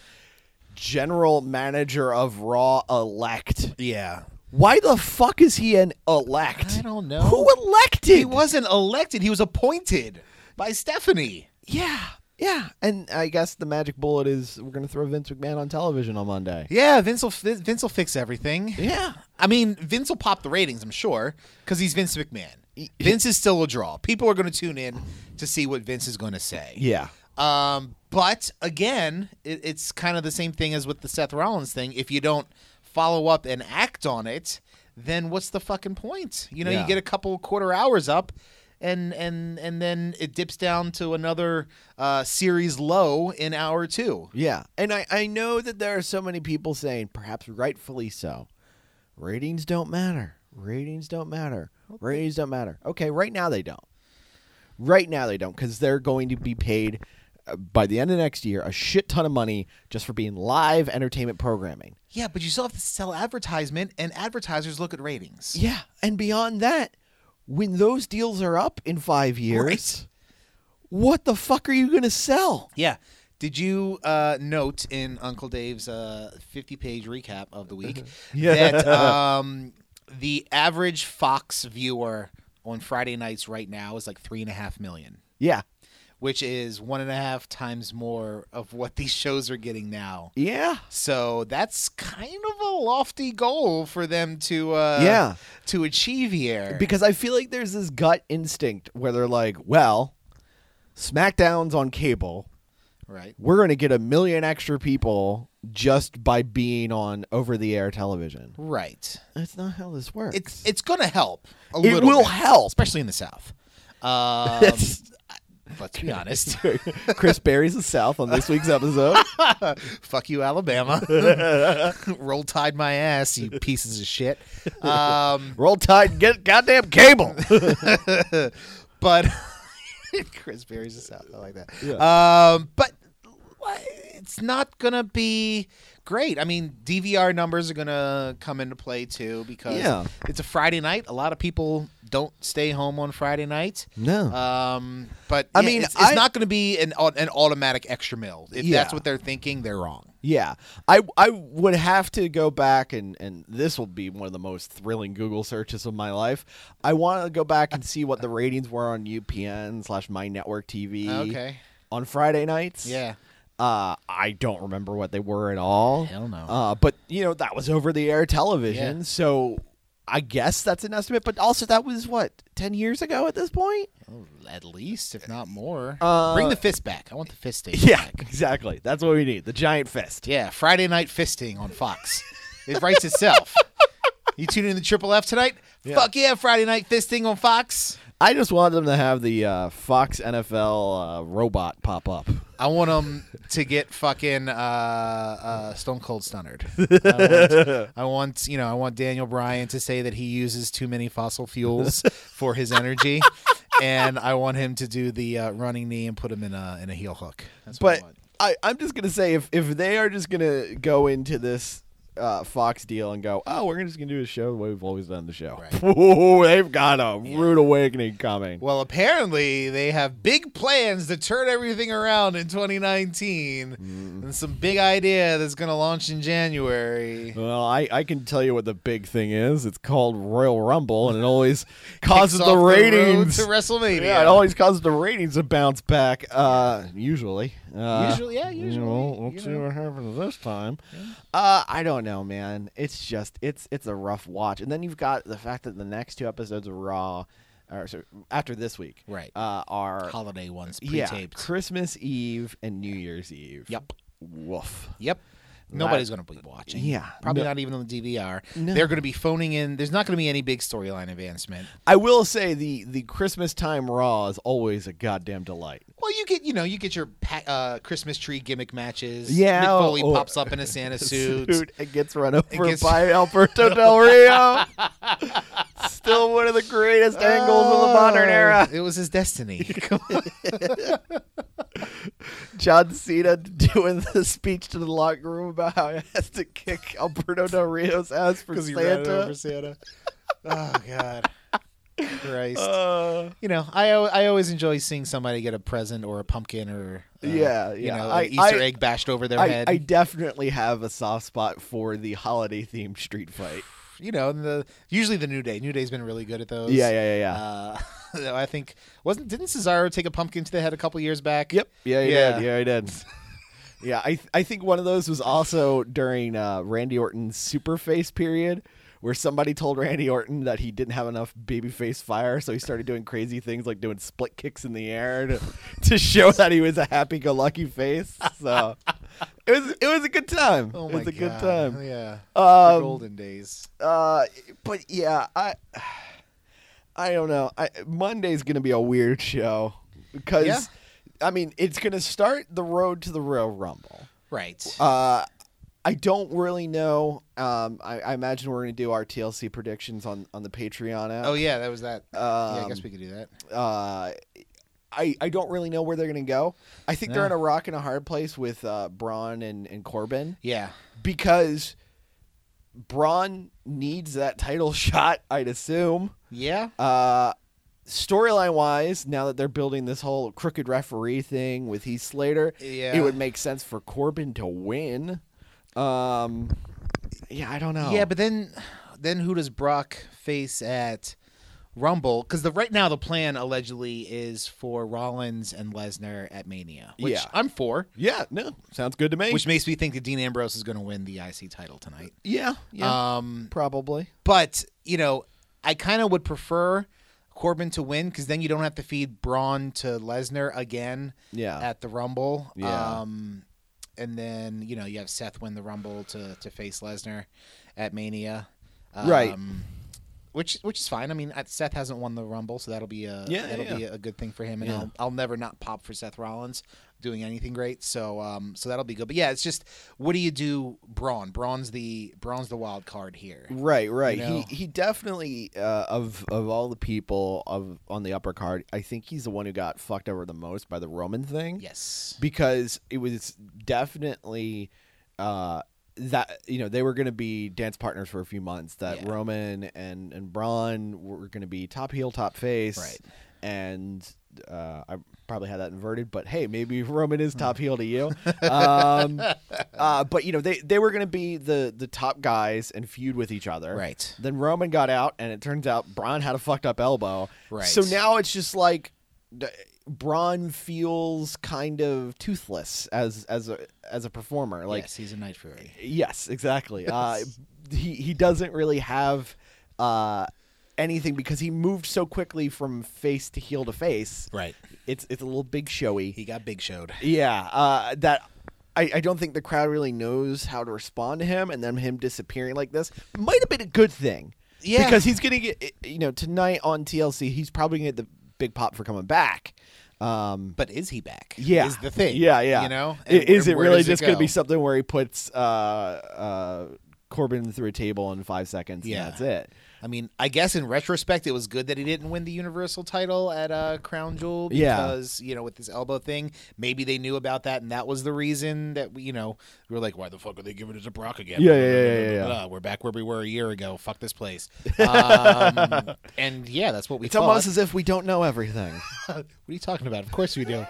general manager of Raw elect.
Yeah.
Why the fuck is he an elect?
I don't know.
Who elected?
He wasn't elected. He was appointed by Stephanie.
Yeah, yeah. And I guess the magic bullet is we're gonna throw Vince McMahon on television on Monday.
Yeah, Vince will fi- Vince will fix everything.
Yeah.
I mean, Vince will pop the ratings, I'm sure, because he's Vince McMahon. Vince is still a draw. People are going to tune in to see what Vince is going to say.
Yeah.
Um, but again, it, it's kind of the same thing as with the Seth Rollins thing. If you don't follow up and act on it, then what's the fucking point? You know,
Yeah.
you get a couple quarter hours up, and and and then it dips down to another uh, series low in hour two.
Yeah. And I, I know that there are so many people saying, perhaps rightfully so, ratings don't matter. Ratings don't matter. Ratings don't matter. Okay, right now they don't. Right now they don't because they're going to be paid uh, by the end of next year a shit ton of money just for being live entertainment programming.
Yeah, but you still have to sell advertisement, and advertisers look at ratings.
Yeah. And beyond that, when those deals are up in five years,
Right.
what the fuck are you going to sell?
Yeah. Did you uh, note in Uncle Dave's uh, 50 page recap of the week that um, the average Fox viewer on Friday nights right now is like three and a half million,
Yeah.
which is one and a half times more of what these shows are getting now?
Yeah.
So that's kind of a lofty goal for them to uh,
Yeah.
to achieve here.
because I feel like there's this gut instinct where they're like, well, SmackDown's on cable.
right.
We're going to get a million extra people just by being on over the air television.
Right.
That's not how this works.
It's it's going to help. A
It
little
will
bit,
help.
especially in the South. Um, let's be honest.
Um, Chris Berry's the South on this week's episode.
Fuck you, Alabama. Roll Tide my ass, you pieces of shit. Um,
Roll Tide, get goddamn cable.
but Chris Berry's a South. I like that.
Yeah.
Um, but wha- it's not gonna be great. I mean, DVR numbers are gonna come into play too because
Yeah.
it's a Friday night. A lot of people don't stay home on Friday night.
No.
Um, but
I
yeah,
mean,
it's, it's
I-
not gonna be an au- an automatic extra mill. If
Yeah.
that's what they're thinking, they're wrong.
Yeah, I I would have to go back and and this will be one of the most thrilling Google searches of my life. I want to go back and see what the ratings were on UPN slash My Network TV.
Okay.
On Friday nights.
Yeah.
Uh, I don't remember what they were at all.
Hell no.
Uh, but you know that was over the air television,
Yeah.
so I guess that's an estimate. But also that was what ten years ago at this point.
At least, if not more.
Uh,
Bring the fist back. I want the fist tape
Yeah,
back.
exactly. That's what we need. The giant fist.
Yeah, Friday night fisting on Fox. it writes itself. You tune in to Triple F tonight? Fuck yeah, Friday night fisting on Fox.
I just want them to have the uh, Fox NFL uh, robot pop up.
I want them to get fucking uh, uh, Stone Cold Stunnered. I want, I want, you know, I want Daniel Bryan to say that he uses too many fossil fuels for his energy, and I want him to do the uh, running knee and put him in a in a heel hook. That's what I
But
want.
I, I'm just gonna say if if they are just gonna go into this uh, Fox deal and go, oh, we're just gonna do a show the way we've always done the show. Ooh, they've got a rude awakening coming.
Well, apparently they have big plans to turn everything around in 2019,
Mm.
and some big idea that's going to launch in January.
Well, I, I can tell you what the big thing is. It's called Royal Rumble, and it always causes
Kicks
the
off road
ratings.
to WrestleMania.
yeah, it always causes the ratings to bounce back. Uh, usually. Uh,
Usually- yeah,
you know,
usually,
We'll, we'll
you
see
know.
what happens this time. Uh, I don't know, man. It's just it's it's a rough watch, and then you've got the fact that the next two episodes of Raw, or sorry, after this week,
Right.
uh, are
holiday ones
yeah,
pre-taped.
Christmas Eve and New Year's Eve.
Yep.
Woof.
Yep. Nobody's going to be watching.
Yeah.
Probably
No.
not even on the DVR.
No.
They're going to be phoning in. There's not going to be any big storyline advancement.
I will say the the Christmas time Raw is always a goddamn delight.
Well, you get you know you get your pa- uh, Christmas tree gimmick matches.
Yeah,
Mick Foley
or-
pops up in a Santa suit.
Dude, it gets run over
gets-
by Alberto Del Rio. Still one of the greatest angles of the modern era.
Oh, It was his destiny.
John Cena doing the speech to the locker room about how he has to kick Alberto Del Rio's ass for
because he ran it over
Santa.
Santa. oh God, Christ!
Uh.
you know, I al- I always enjoy seeing somebody get a present or a pumpkin or uh,
Yeah,
you
yeah.
know,
I-
an Easter
I-
egg bashed over their
I,
head.
I definitely have a soft spot for the holiday themed street fight.
you know, and the usually the New Day. New Day's been really good at those.
Yeah, yeah, yeah, yeah.
yeah. Uh, I think wasn't didn't Cesaro take a pumpkin to the head a couple years back?
Yep. Yeah, he
Yeah.
did. Yeah, he did. yeah, I th- I think one of those was also during uh, Randy Orton's Superface period, where somebody told Randy Orton that he didn't have enough babyface fire, so he started doing crazy things like doing split kicks in the air to, to show that he was a happy-go-lucky face. So it was it was a good time.
Oh
it
my
was a
God.
good time.
Yeah.
Um,
The golden days.
Uh, but yeah, I I don't know. I Monday's gonna be a weird show because
Yeah.
I mean it's gonna start the road to the Royal Rumble.
Right.
Uh, I don't really know. Um, I, I imagine we're gonna do our TLC predictions on on the Patreon app.
oh yeah, that was that. yeah, I
um,
guess we could do that.
Uh, I, I don't really know where they're gonna go. I think they're in a rock and a hard place with uh, Braun and, and Corbin
Yeah.
because Braun needs that title shot, I'd assume.
Yeah.
Uh, storyline wise, now that they're building this whole crooked referee thing with Heath Slater,
Yeah.
it would make sense for Corbin to win. Um, yeah, I don't know.
Yeah, but then then who does Brock face at Rumble? Because the right now the plan allegedly is for Rollins and Lesnar at Mania, which
Yeah.
I'm for.
yeah, no, sounds good to me.
Which makes me think that Dean Ambrose is going to win the IC title tonight.
yeah, yeah,
Um,
probably.
but you know, I kind of would prefer Corbin to win because then you don't have to feed Braun to Lesnar again.
Yeah.
At the Rumble.
Yeah.
Um, and then you know you have Seth win the Rumble to to face Lesnar at Mania. Um,
Right.
Which which is fine. I mean, uh, Seth hasn't won the Rumble, so that'll be a
Yeah,
that'll
yeah,
be a good thing for him. And I'll, I'll never not pop for Seth Rollins. doing anything great. So um, so that'll be good. But yeah, it's just what do you do? Braun. Braun's the Braun's the wild card here.
Right, right.
You know?
He he definitely uh, of of all the people of on the upper card, I think he's the one who got fucked over the most by the Roman thing.
Yes.
because it was definitely uh, that you know they were going to be dance partners for a few months. That
Yeah.
Roman and and Braun were going to be top heel, top face,
Right.
And uh, I probably had that inverted, but hey, maybe Roman
Hmm.
is top heel to you. Um, uh, but you know they they were going to be the the top guys and feud with each other,
Right.
Then Roman got out, and it turns out Braun had a fucked up elbow,
Right.
So now it's just like. d- Braun feels kind of toothless as as a as a performer. Like
yes, he's a Night Fury.
Yes, exactly. Uh, he he doesn't really have uh, anything because he moved so quickly from face to heel to face.
Right.
It's it's a little big showy.
He got big showed.
yeah, uh, that I, I don't think the crowd really knows how to respond to him, and then him disappearing like this might have been a good thing.
Yeah.
because he's gonna get eh, you know tonight on TLC he's probably gonna get the big pop for coming back. Um,
But is he back?
yeah,
Is the thing.
Yeah, yeah.
You know?
I-
And
is
where-
it
where
really
does
just going to
go?
be something where he puts uh, uh, Corbin through a table in five seconds?
Yeah.
and that's it.
I mean, I guess in retrospect, it was good that he didn't win the Universal title at uh, Crown Jewel
Yeah.
because, you know, with this elbow thing, maybe they knew about that and that was the reason that, we, you know, we were like, why the fuck are they giving it to Brock again?
Yeah, yeah, yeah, yeah, yeah.
We're back where we were a year ago. Fuck this place. Um, and yeah, that's what we
It's
thought.
almost as if we don't know everything.
What are you talking about? Of course we do.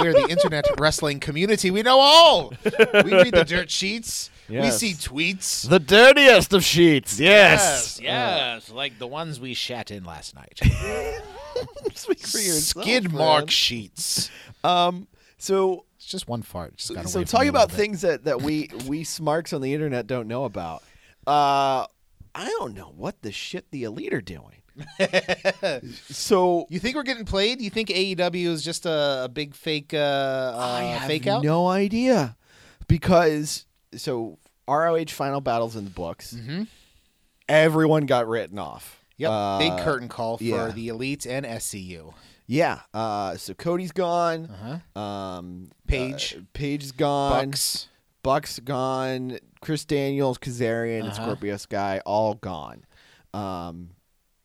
we are the internet wrestling community. We know all. We read the dirt sheets.
Yes.
We see tweets.
the dirtiest of sheets.
Yes, yes, like the ones we shat in last night. Skid mark sheets.
Um, so
It's just one fart. Just got
so
away from
talking
me a
about
little bit.
things that, that we we smarks on the internet don't know about. Uh, I don't know what the shit the elite are doing. so
You think we're getting played? You think AEW is just a, a big fake uh,
I
uh,
have
fake out?
no idea because so ROH final battles in the books. Everyone got written off.
Mm-hmm. Yep,
Uh,
big curtain call for
yeah.
the elite and SCU.
Yeah. Uh, so Cody's gone.
Uh-huh.
Um,
Paige.
uh, Paige's gone.
Bucks.
Buck's gone. Chris Daniels, Kazarian, and
Uh-huh.
Scorpio Sky all gone. Um,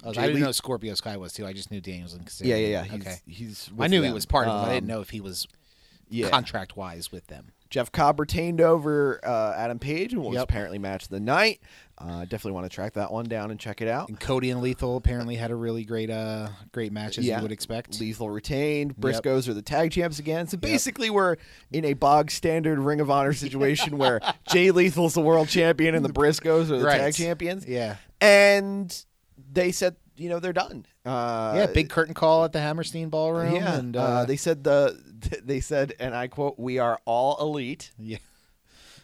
Oh,
Jay
I didn't
Lee-
know Scorpio Sky was too. I just knew Daniels and Kazarian.
yeah, yeah, yeah. He's,
okay.
he's
I
with
knew he
them.
was part of them. I didn't
Um,
know if he was
yeah.
contract wise with them.
Jeff Cobb retained over uh, Adam Page and was
Yep.
apparently match of the night. Uh, definitely want to track that one down and check it out.
And Cody and Lethal apparently had a really great uh great match as
Yeah.
you would expect.
Lethal retained. Briscoes are the tag champs again. So basically, we're in a bog standard Ring of Honor situation where Jay Lethal's the world champion and the Briscoes are the
Right.
tag champions.
yeah.
And they said, you know, they're done. Uh,
Yeah, big curtain call at the Hammerstein Ballroom.
Yeah,
and
uh,
uh,
they said the they said, and I quote, "We are all elite."
yeah,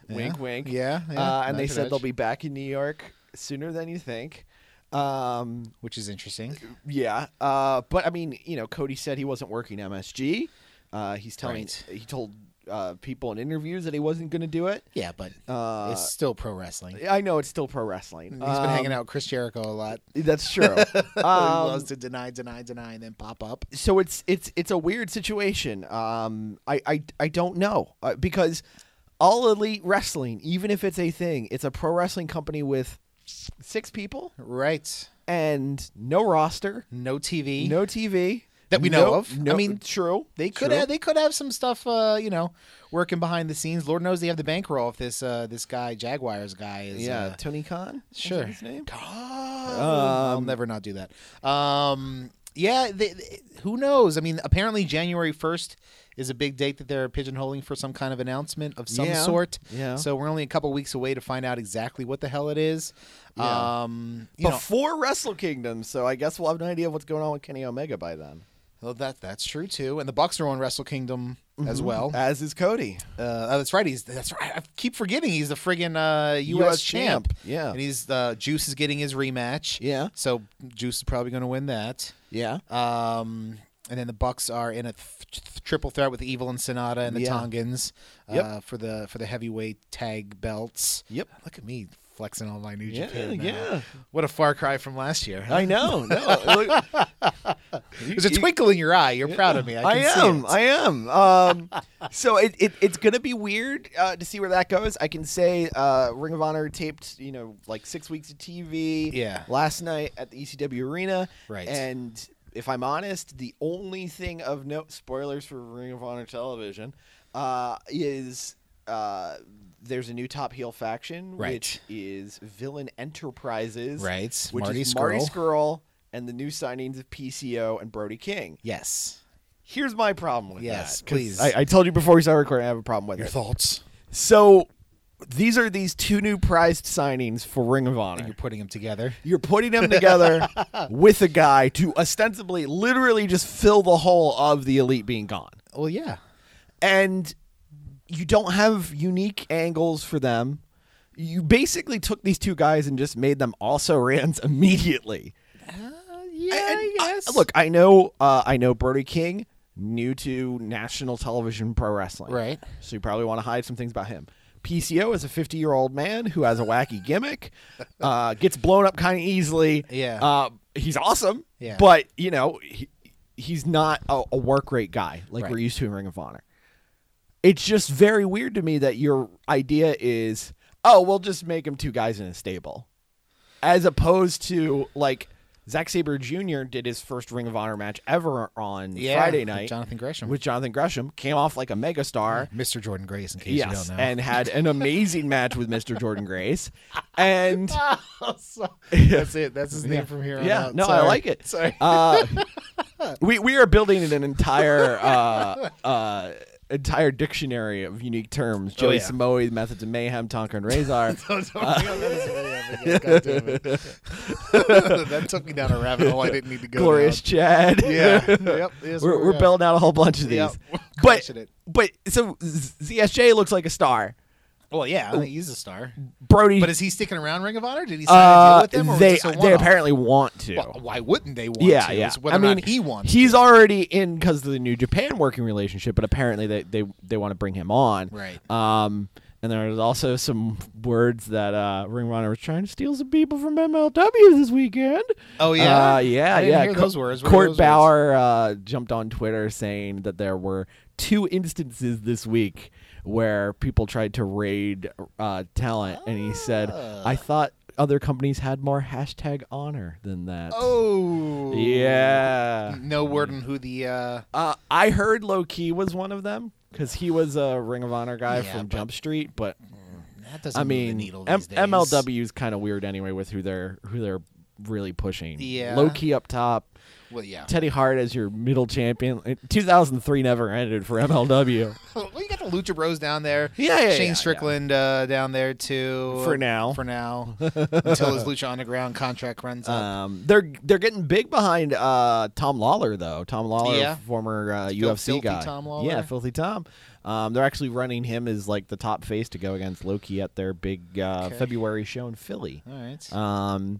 Wink,
Yeah.
wink.
Yeah, yeah.
Uh, and they
Nudge,
said they'll
nudge.
be back in New York sooner than you think. Um,
which is interesting.
Yeah, uh, but I mean, you know, Cody said he wasn't working MSG. Uh, he's telling
Right.
he told uh, people in interviews that he wasn't going to do it.
Yeah, but
Uh,
it's still pro wrestling. He's
I know it's still pro wrestling. Uh, He's
been hanging out with Chris Jericho a lot.
That's true.
um, he
um,
loves to deny, deny, deny, and then pop up.
so it's it's it's a weird situation. Um, I I I don't know uh, because all elite wrestling, even if it's a thing, it's a pro wrestling company with six people
Right.
and no roster,
No TV.
no TV
That we know
no-
of. I
No,
mean,
true.
They could
true.
have, they could have some stuff, uh, you know, working behind the scenes. Lord knows they have the bankroll if this uh, this guy Jaguars guy is
Yeah,
uh,
Tony Khan. is that
Sure.
his name. Um,
I'll never not do that. Um, yeah, they, they- who knows? I mean, apparently January first is a big date that they're pigeonholing for some kind of announcement of some
Yeah.
sort.
Yeah.
So we're only a couple weeks away to find out exactly what the hell it is.
Yeah.
Um, you know,
Before Wrestle Kingdom, so I guess we'll have an idea of what's going on with Kenny Omega by then.
well, that that's true too. And the Bucks are on Wrestle Kingdom
Mm-hmm.
as well. Uh,
As is Cody.
oh, that's right. He's that's right. I keep forgetting he's the friggin' uh, U.S.
US champ. Yeah.
And he's uh, Juice is getting his rematch.
Yeah.
So Juice is probably going to win that.
Yeah.
Um, and then the Bucks are in a th- th- triple threat with Evil and Sonata and the
Yeah.
Tongans
Yep.
uh, for the for the heavyweight tag belts.
Yep.
Look at me flexing all my New
Yeah,
Japan. now.
yeah.
What a far cry from last year. huh?
I know. No, look,
There's a twinkle in your eye. You're proud of me. I,
I,
can see
am.
it.
I am. Um, so it, it it's gonna be weird uh, to see where that goes. I can say uh, Ring of Honor taped, you know, like six weeks of TV.
Yeah.
Last night at the ECW arena.
Right.
And if I'm honest, the only thing of note, spoilers for Ring of Honor television, uh, is. Uh, there's a new top heel faction,
Right.
which is Villain Enterprises,
Right.
Which
Marty
is Marty
Skrull.
Skrull and the new signings of PCO and Brody King.
Yes.
Here's my problem with
Yes,
that. 'cause
please.
I, I told you before we started recording, I have a problem with it.
thoughts?
So these are these two new prized signings for Ring of Honor.
You're
You're,
putting them together.
putting them together with a guy to ostensibly, literally, just fill the hole of the elite being gone,
Well, yeah.
and you don't have unique angles for them. You basically took these two guys and just made them also rans immediately.
Yeah,
And uh, look, I know, uh, I know Brody King, new to national television pro wrestling,
Right.
So you probably want to hide some things about him. PCO is a 50 year old man who has a wacky gimmick, uh, gets blown up kind of easily.
Yeah.
uh, he's awesome.
Yeah.
but you know, he, he's not a, a work rate guy like
Right.
we're used to in Ring of Honor. It's just very weird to me that your idea is, oh, we'll just make him two guys in a stable as opposed to like Zack Saber Jr. did his first Ring of Honor match ever on
Yeah,
Friday
with
night,
Jonathan Gresham.
with Jonathan Gresham, came off like a megastar.
Mr. Jordan Grace, in case you
Yes,
don't know.
and had an amazing match with Mr. Jordan Grace, and
that's it. That's his name from here on
yeah,
out.
no, I
Sorry.
like it.
Sorry.
Uh, we we are building an entire uh, uh, entire dictionary of unique terms: Joey
Oh, yeah.
Samoa, Methods of Mayhem, Tonka and Razor.
that took me down a rabbit hole I didn't need to go
Glorious Chad.
Yeah. Yep. Yes,
we're, we're
are.
building out a whole bunch of these.
Yep.
But
Crushing it.
but so Z- ZSJ looks like a star.
Well, yeah, I think he's a star.
Brody,
But is he sticking around Ring of Honor? Did he sign
uh,
a deal with them? Or
they
was this a
they
one-off?
apparently want to.
Well, why wouldn't they want
yeah,
to?
yeah.
It's whether
I
or not
mean,
he wants.
He's
to.
already in because of the new Japan working relationship, but apparently they they, they want to bring him on.
Right.
Um. And there's also some words that uh, Ring of Honor was trying to steal some people from MLW this weekend.
Oh, yeah?
uh, yeah,
I didn't
yeah.
hear
Co-
those words. What were
Court
those words?
Bauer uh, jumped on Twitter saying that there were two instances this week where people tried to raid uh, talent, and he said,
Ah.
"I thought other companies had more hashtag honor than that."
Oh.
yeah.
No word on who the. Uh,
Uh, I heard Low Key was one of them because he was a Ring of Honor guy
Yeah,
from
but-
Jump Street, but
that doesn't
I
move the
mean,
needle
M-
these days.
MLW's kind of weird anyway with who they're who they're really pushing.
Yeah.
Low Key up top,
Well, yeah.
Teddy Hart as your middle champion. Uh, 2003 never ended for MLW
well, you got the Lucha Bros down there.
Yeah, yeah,
Shane
yeah,
Strickland Uh, down there too.
For now.
For now, until his Lucha Underground contract runs out.
Um, they're they're getting big behind uh, Tom Lawler though. Tom Lawler,
Yeah.
former uh, UFC
filthy
guy.
Tom Lawler.
Yeah, filthy Tom. Um, they're actually running him as like the top face to go against Loki at their big uh,
Okay.
February show in Philly.
All right.
Um,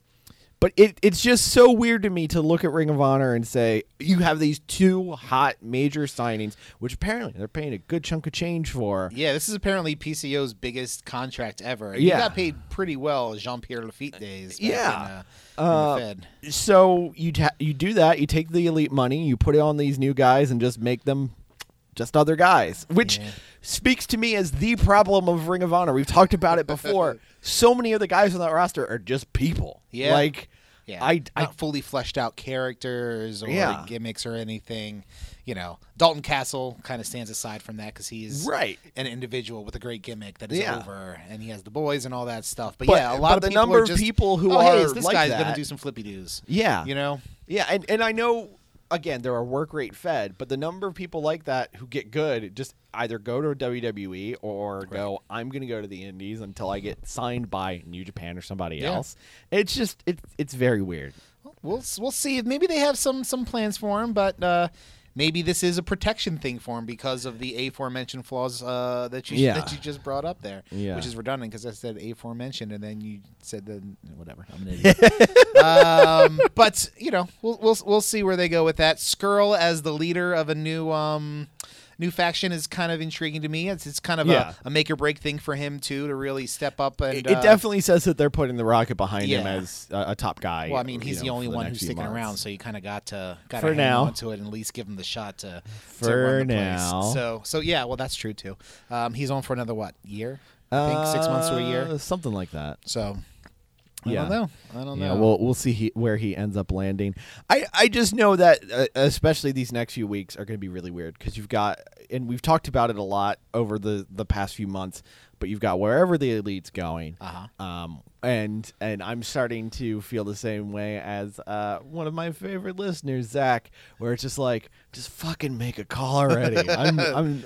but it, it's just so weird to me to look at Ring of Honor and say you have these two hot major signings, which apparently they're paying a good chunk of change for.
yeah, this is apparently PCO's biggest contract ever.
Yeah.
He got paid pretty well Jean Pierre Lafitte days. back
Yeah.
In, uh, in the Fed.
So you ta- you do that, you take the elite money, you put it on these new guys, and just make them just other guys, which speaks to me as the problem of Ring of Honor. We've talked about it before. so many of the guys on that roster are just people.
Yeah.
like
Yeah,
I, I
not fully fleshed out characters or
Yeah.
gimmicks or anything. You know, Dalton Castle kind of stands aside from that because he's
Right.
an individual with a great gimmick that is
Yeah,
over, and he has the boys and all that stuff. But,
But-
yeah, a
but
lot of
the
people
number
are
of
just,
people who
oh, hey, is
are
this
like
guy's
that-
gonna do some flippy doos.
Yeah.
you know,
Yeah, and, and I know again there are work rate fed, but the number of people like that who get good just either go to WWE or go, I'm gonna go to the Indies until I get signed by New Japan or somebody
Yeah.
else. It's just it's it's very weird.
we'll we'll see. Maybe they have some some plans for him, but uh, maybe this is a protection thing for him because of the aforementioned flaws uh, that you
Yeah.
that you just brought up there,
Yeah.
which is redundant because I said aforementioned and then you said the whatever. I'm an idiot. um, but you know, we'll, we'll we'll see where they go with that. Skrull as the leader of a new. Um, New faction is kind of intriguing to me. It's, it's kind of
Yeah.
a, a make or break thing for him too to really step up and
It,
uh,
it definitely says that they're putting the rocket behind him
Yeah.
as a, a top guy.
Well, I mean,
you
he's the
know,
only
for
one
next
who's
few
sticking
months.
around, so you kind of got to got
For
to hang
now.
on to it and at least give him the shot to to
For
run the
now.
place. So so yeah, well that's true too. Um, he's on for another what year? I think six months to a
Uh,
year.
something like that.
So I
yeah.
don't know. I don't
Yeah,
know.
we'll we'll see he, where he ends up landing. I I just know that uh, especially these next few weeks are going to be really weird because you've got and we've talked about it a lot over the the past few months, but you've got wherever the elite's going. Uh-huh. Um and and I'm starting to feel the same way as uh one of my favorite listeners, Zach, where it's just like just fucking make a call already. I'm I'm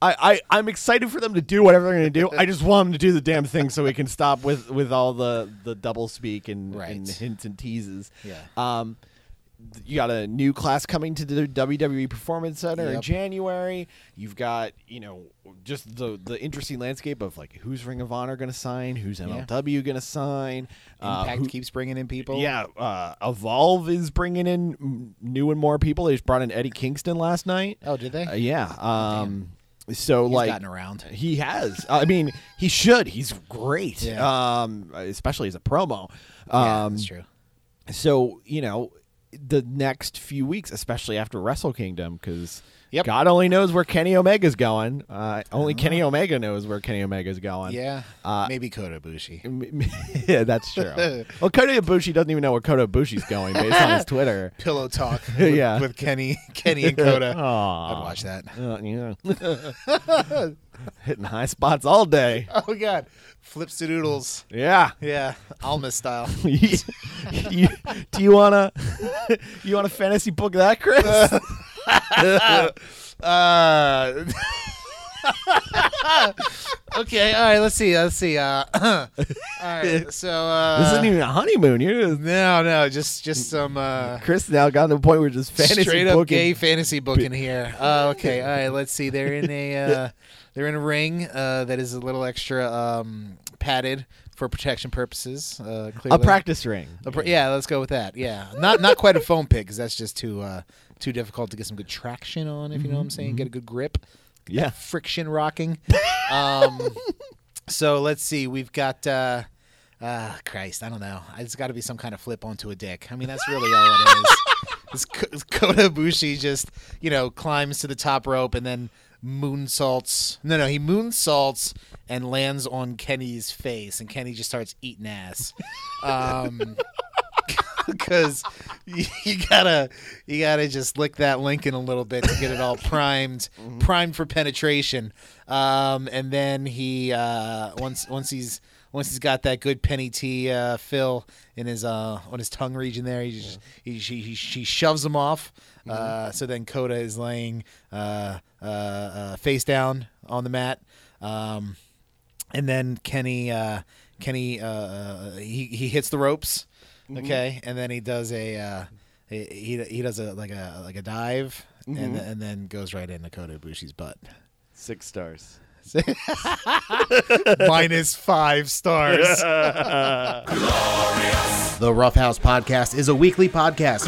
I, I, I'm excited for them to do whatever they're going to do. I just want them to do the damn thing so we can stop with, with all the, the double speak and, and
Right.
hints and teases.
Yeah.
Um, th- you got a new class coming to the WWE Performance Center in
Yep.
January. You've got, you know, just the, the interesting landscape of like who's Ring of Honor going to sign, who's MLW going to sign. uh,
Impact
who-
keeps bringing in people.
yeah, uh, Evolve is bringing in mm, new and more people. They just brought in Eddie Kingston last night.
Oh, did they?
Uh, yeah. Um, so
He's
like
gotten around.
He has. I mean, he should. He's great.
Yeah.
Um, especially as a promo. Um,
Yeah, that's true.
So you know, the next few weeks, especially after Wrestle Kingdom, because.
Yep. Uh-huh.
God only knows where Kenny Omega's going. Uh, only Kenny Omega knows where Kenny Omega's going.
Yeah.
Uh,
Maybe Kota Ibushi.
yeah, that's true. well, Kota Ibushi doesn't even know where Kota Ibushi's going based on his Twitter.
Pillow talk. With,
Yeah.
With Kenny Kenny and Kota.
Aw.
I'd watch that.
Uh, yeah. Hitting high spots all day.
Oh god. Flips to doodles.
Yeah.
Yeah. Alma style.
You- do you wanna you want to fantasy book that, Chris?
Uh, okay, all right. Let's see. Let's see. Uh, all right. So uh,
this isn't even a honeymoon. You're just,
no, no. Just just some uh,
Chris now got to the point where just fantasy
straight up
booking.
gay fantasy book in here. Uh, okay. All right. Let's see. They're in a uh, they're in a ring uh, that is a little extra um, padded for protection purposes. Uh, clearly.
a practice ring.
A pr- yeah, let's go with that. Yeah, not not quite a foam pit because that's just too uh, too difficult to get some good traction on. If you know what I'm saying,
Mm-hmm.
get a good grip.
Yeah.
friction rocking. um, so let's see. We've got. Uh, uh, Christ, I don't know. It's got to be some kind of flip onto a dick. I mean, that's really all it is. This Ko- Kota Ibushi just, you know, climbs to the top rope and then moonsaults. No, no, he moonsaults and lands on Kenny's face, and Kenny just starts eating ass. Um, because you, you gotta you gotta just lick that Lincoln a little bit to get it all primed primed for penetration um, and then he uh, once once he's once he's got that good penny tea uh, fill in his uh, on his tongue region there he just he, she, he she shoves him off uh, so then Coda is laying uh, uh, uh, face down on the mat um, and then Kenny uh, Kenny uh, he he hits the ropes, okay, and then he does a uh, he he- he does a like a like a dive, and th- and then goes right into Kota Ibushi's butt.
Six stars.
Minus five stars.
The Roughhouse Podcast is a weekly podcast.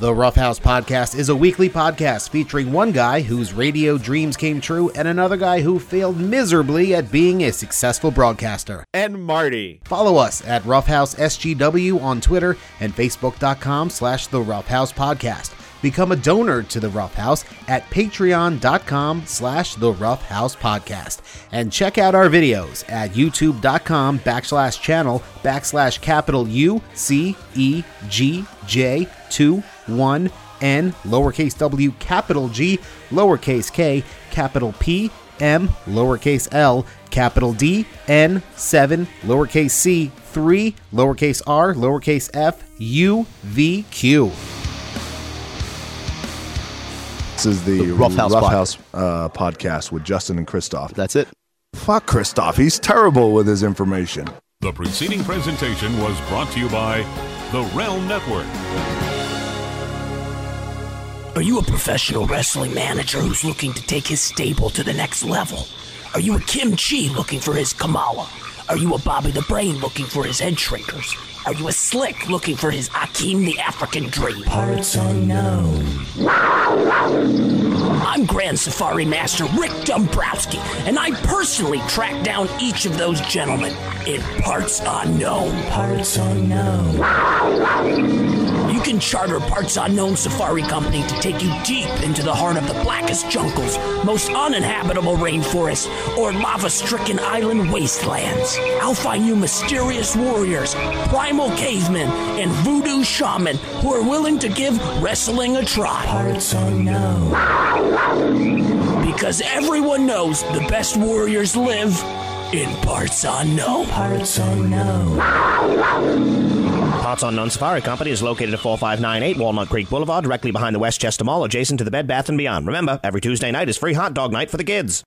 The Roughhouse Podcast is a weekly podcast featuring one guy whose radio dreams came true and another guy who failed miserably at being a successful broadcaster.
And Marty.
Follow us at Roughhouse SGW on Twitter and Facebook.com slash The Roughhouse Podcast. Become a donor to The Rough House at patreon.com slash The Rough House Podcast. And check out our videos at youtube.com backslash channel backslash capital U C E G J 2 1 N lowercase w capital G lowercase k capital P M lowercase l capital D N 7 lowercase c 3 lowercase r lowercase f u v q.
This is the,
Rough House
Rough
Pod-
House, uh, podcast with Justin and Christoph.
That's it.
Fuck Christoph. He's terrible with his information.
The preceding presentation was brought to you by the Realm Network.
Are you a professional wrestling manager who's looking to take his stable to the next level? Are you a Kim Chi looking for his Kamala? Are you a Bobby the Brain looking for his head shrinkers? Are you a Slick looking for his Akeem the African Dream? Parts unknown. I'm Grand Safari Master Rick Dombrowski, and I personally track down each of those gentlemen in Parts Unknown. Parts Unknown. You can charter Parts Unknown Safari Company to take you deep into the heart of the blackest jungles, most uninhabitable rainforests, or lava stricken island wastelands. I'll find you mysterious warriors, primal cavemen, and voodoo shaman who are willing to give wrestling a try. Parts Unknown. Because everyone knows the best warriors live in parts unknown. Parts unknown.
Parts Unknown Safari Company is located at 4598 Walnut Creek Boulevard, directly behind the Westchester Mall, adjacent to the Bed Bath & Beyond. Remember, every Tuesday night is free hot dog night for the kids.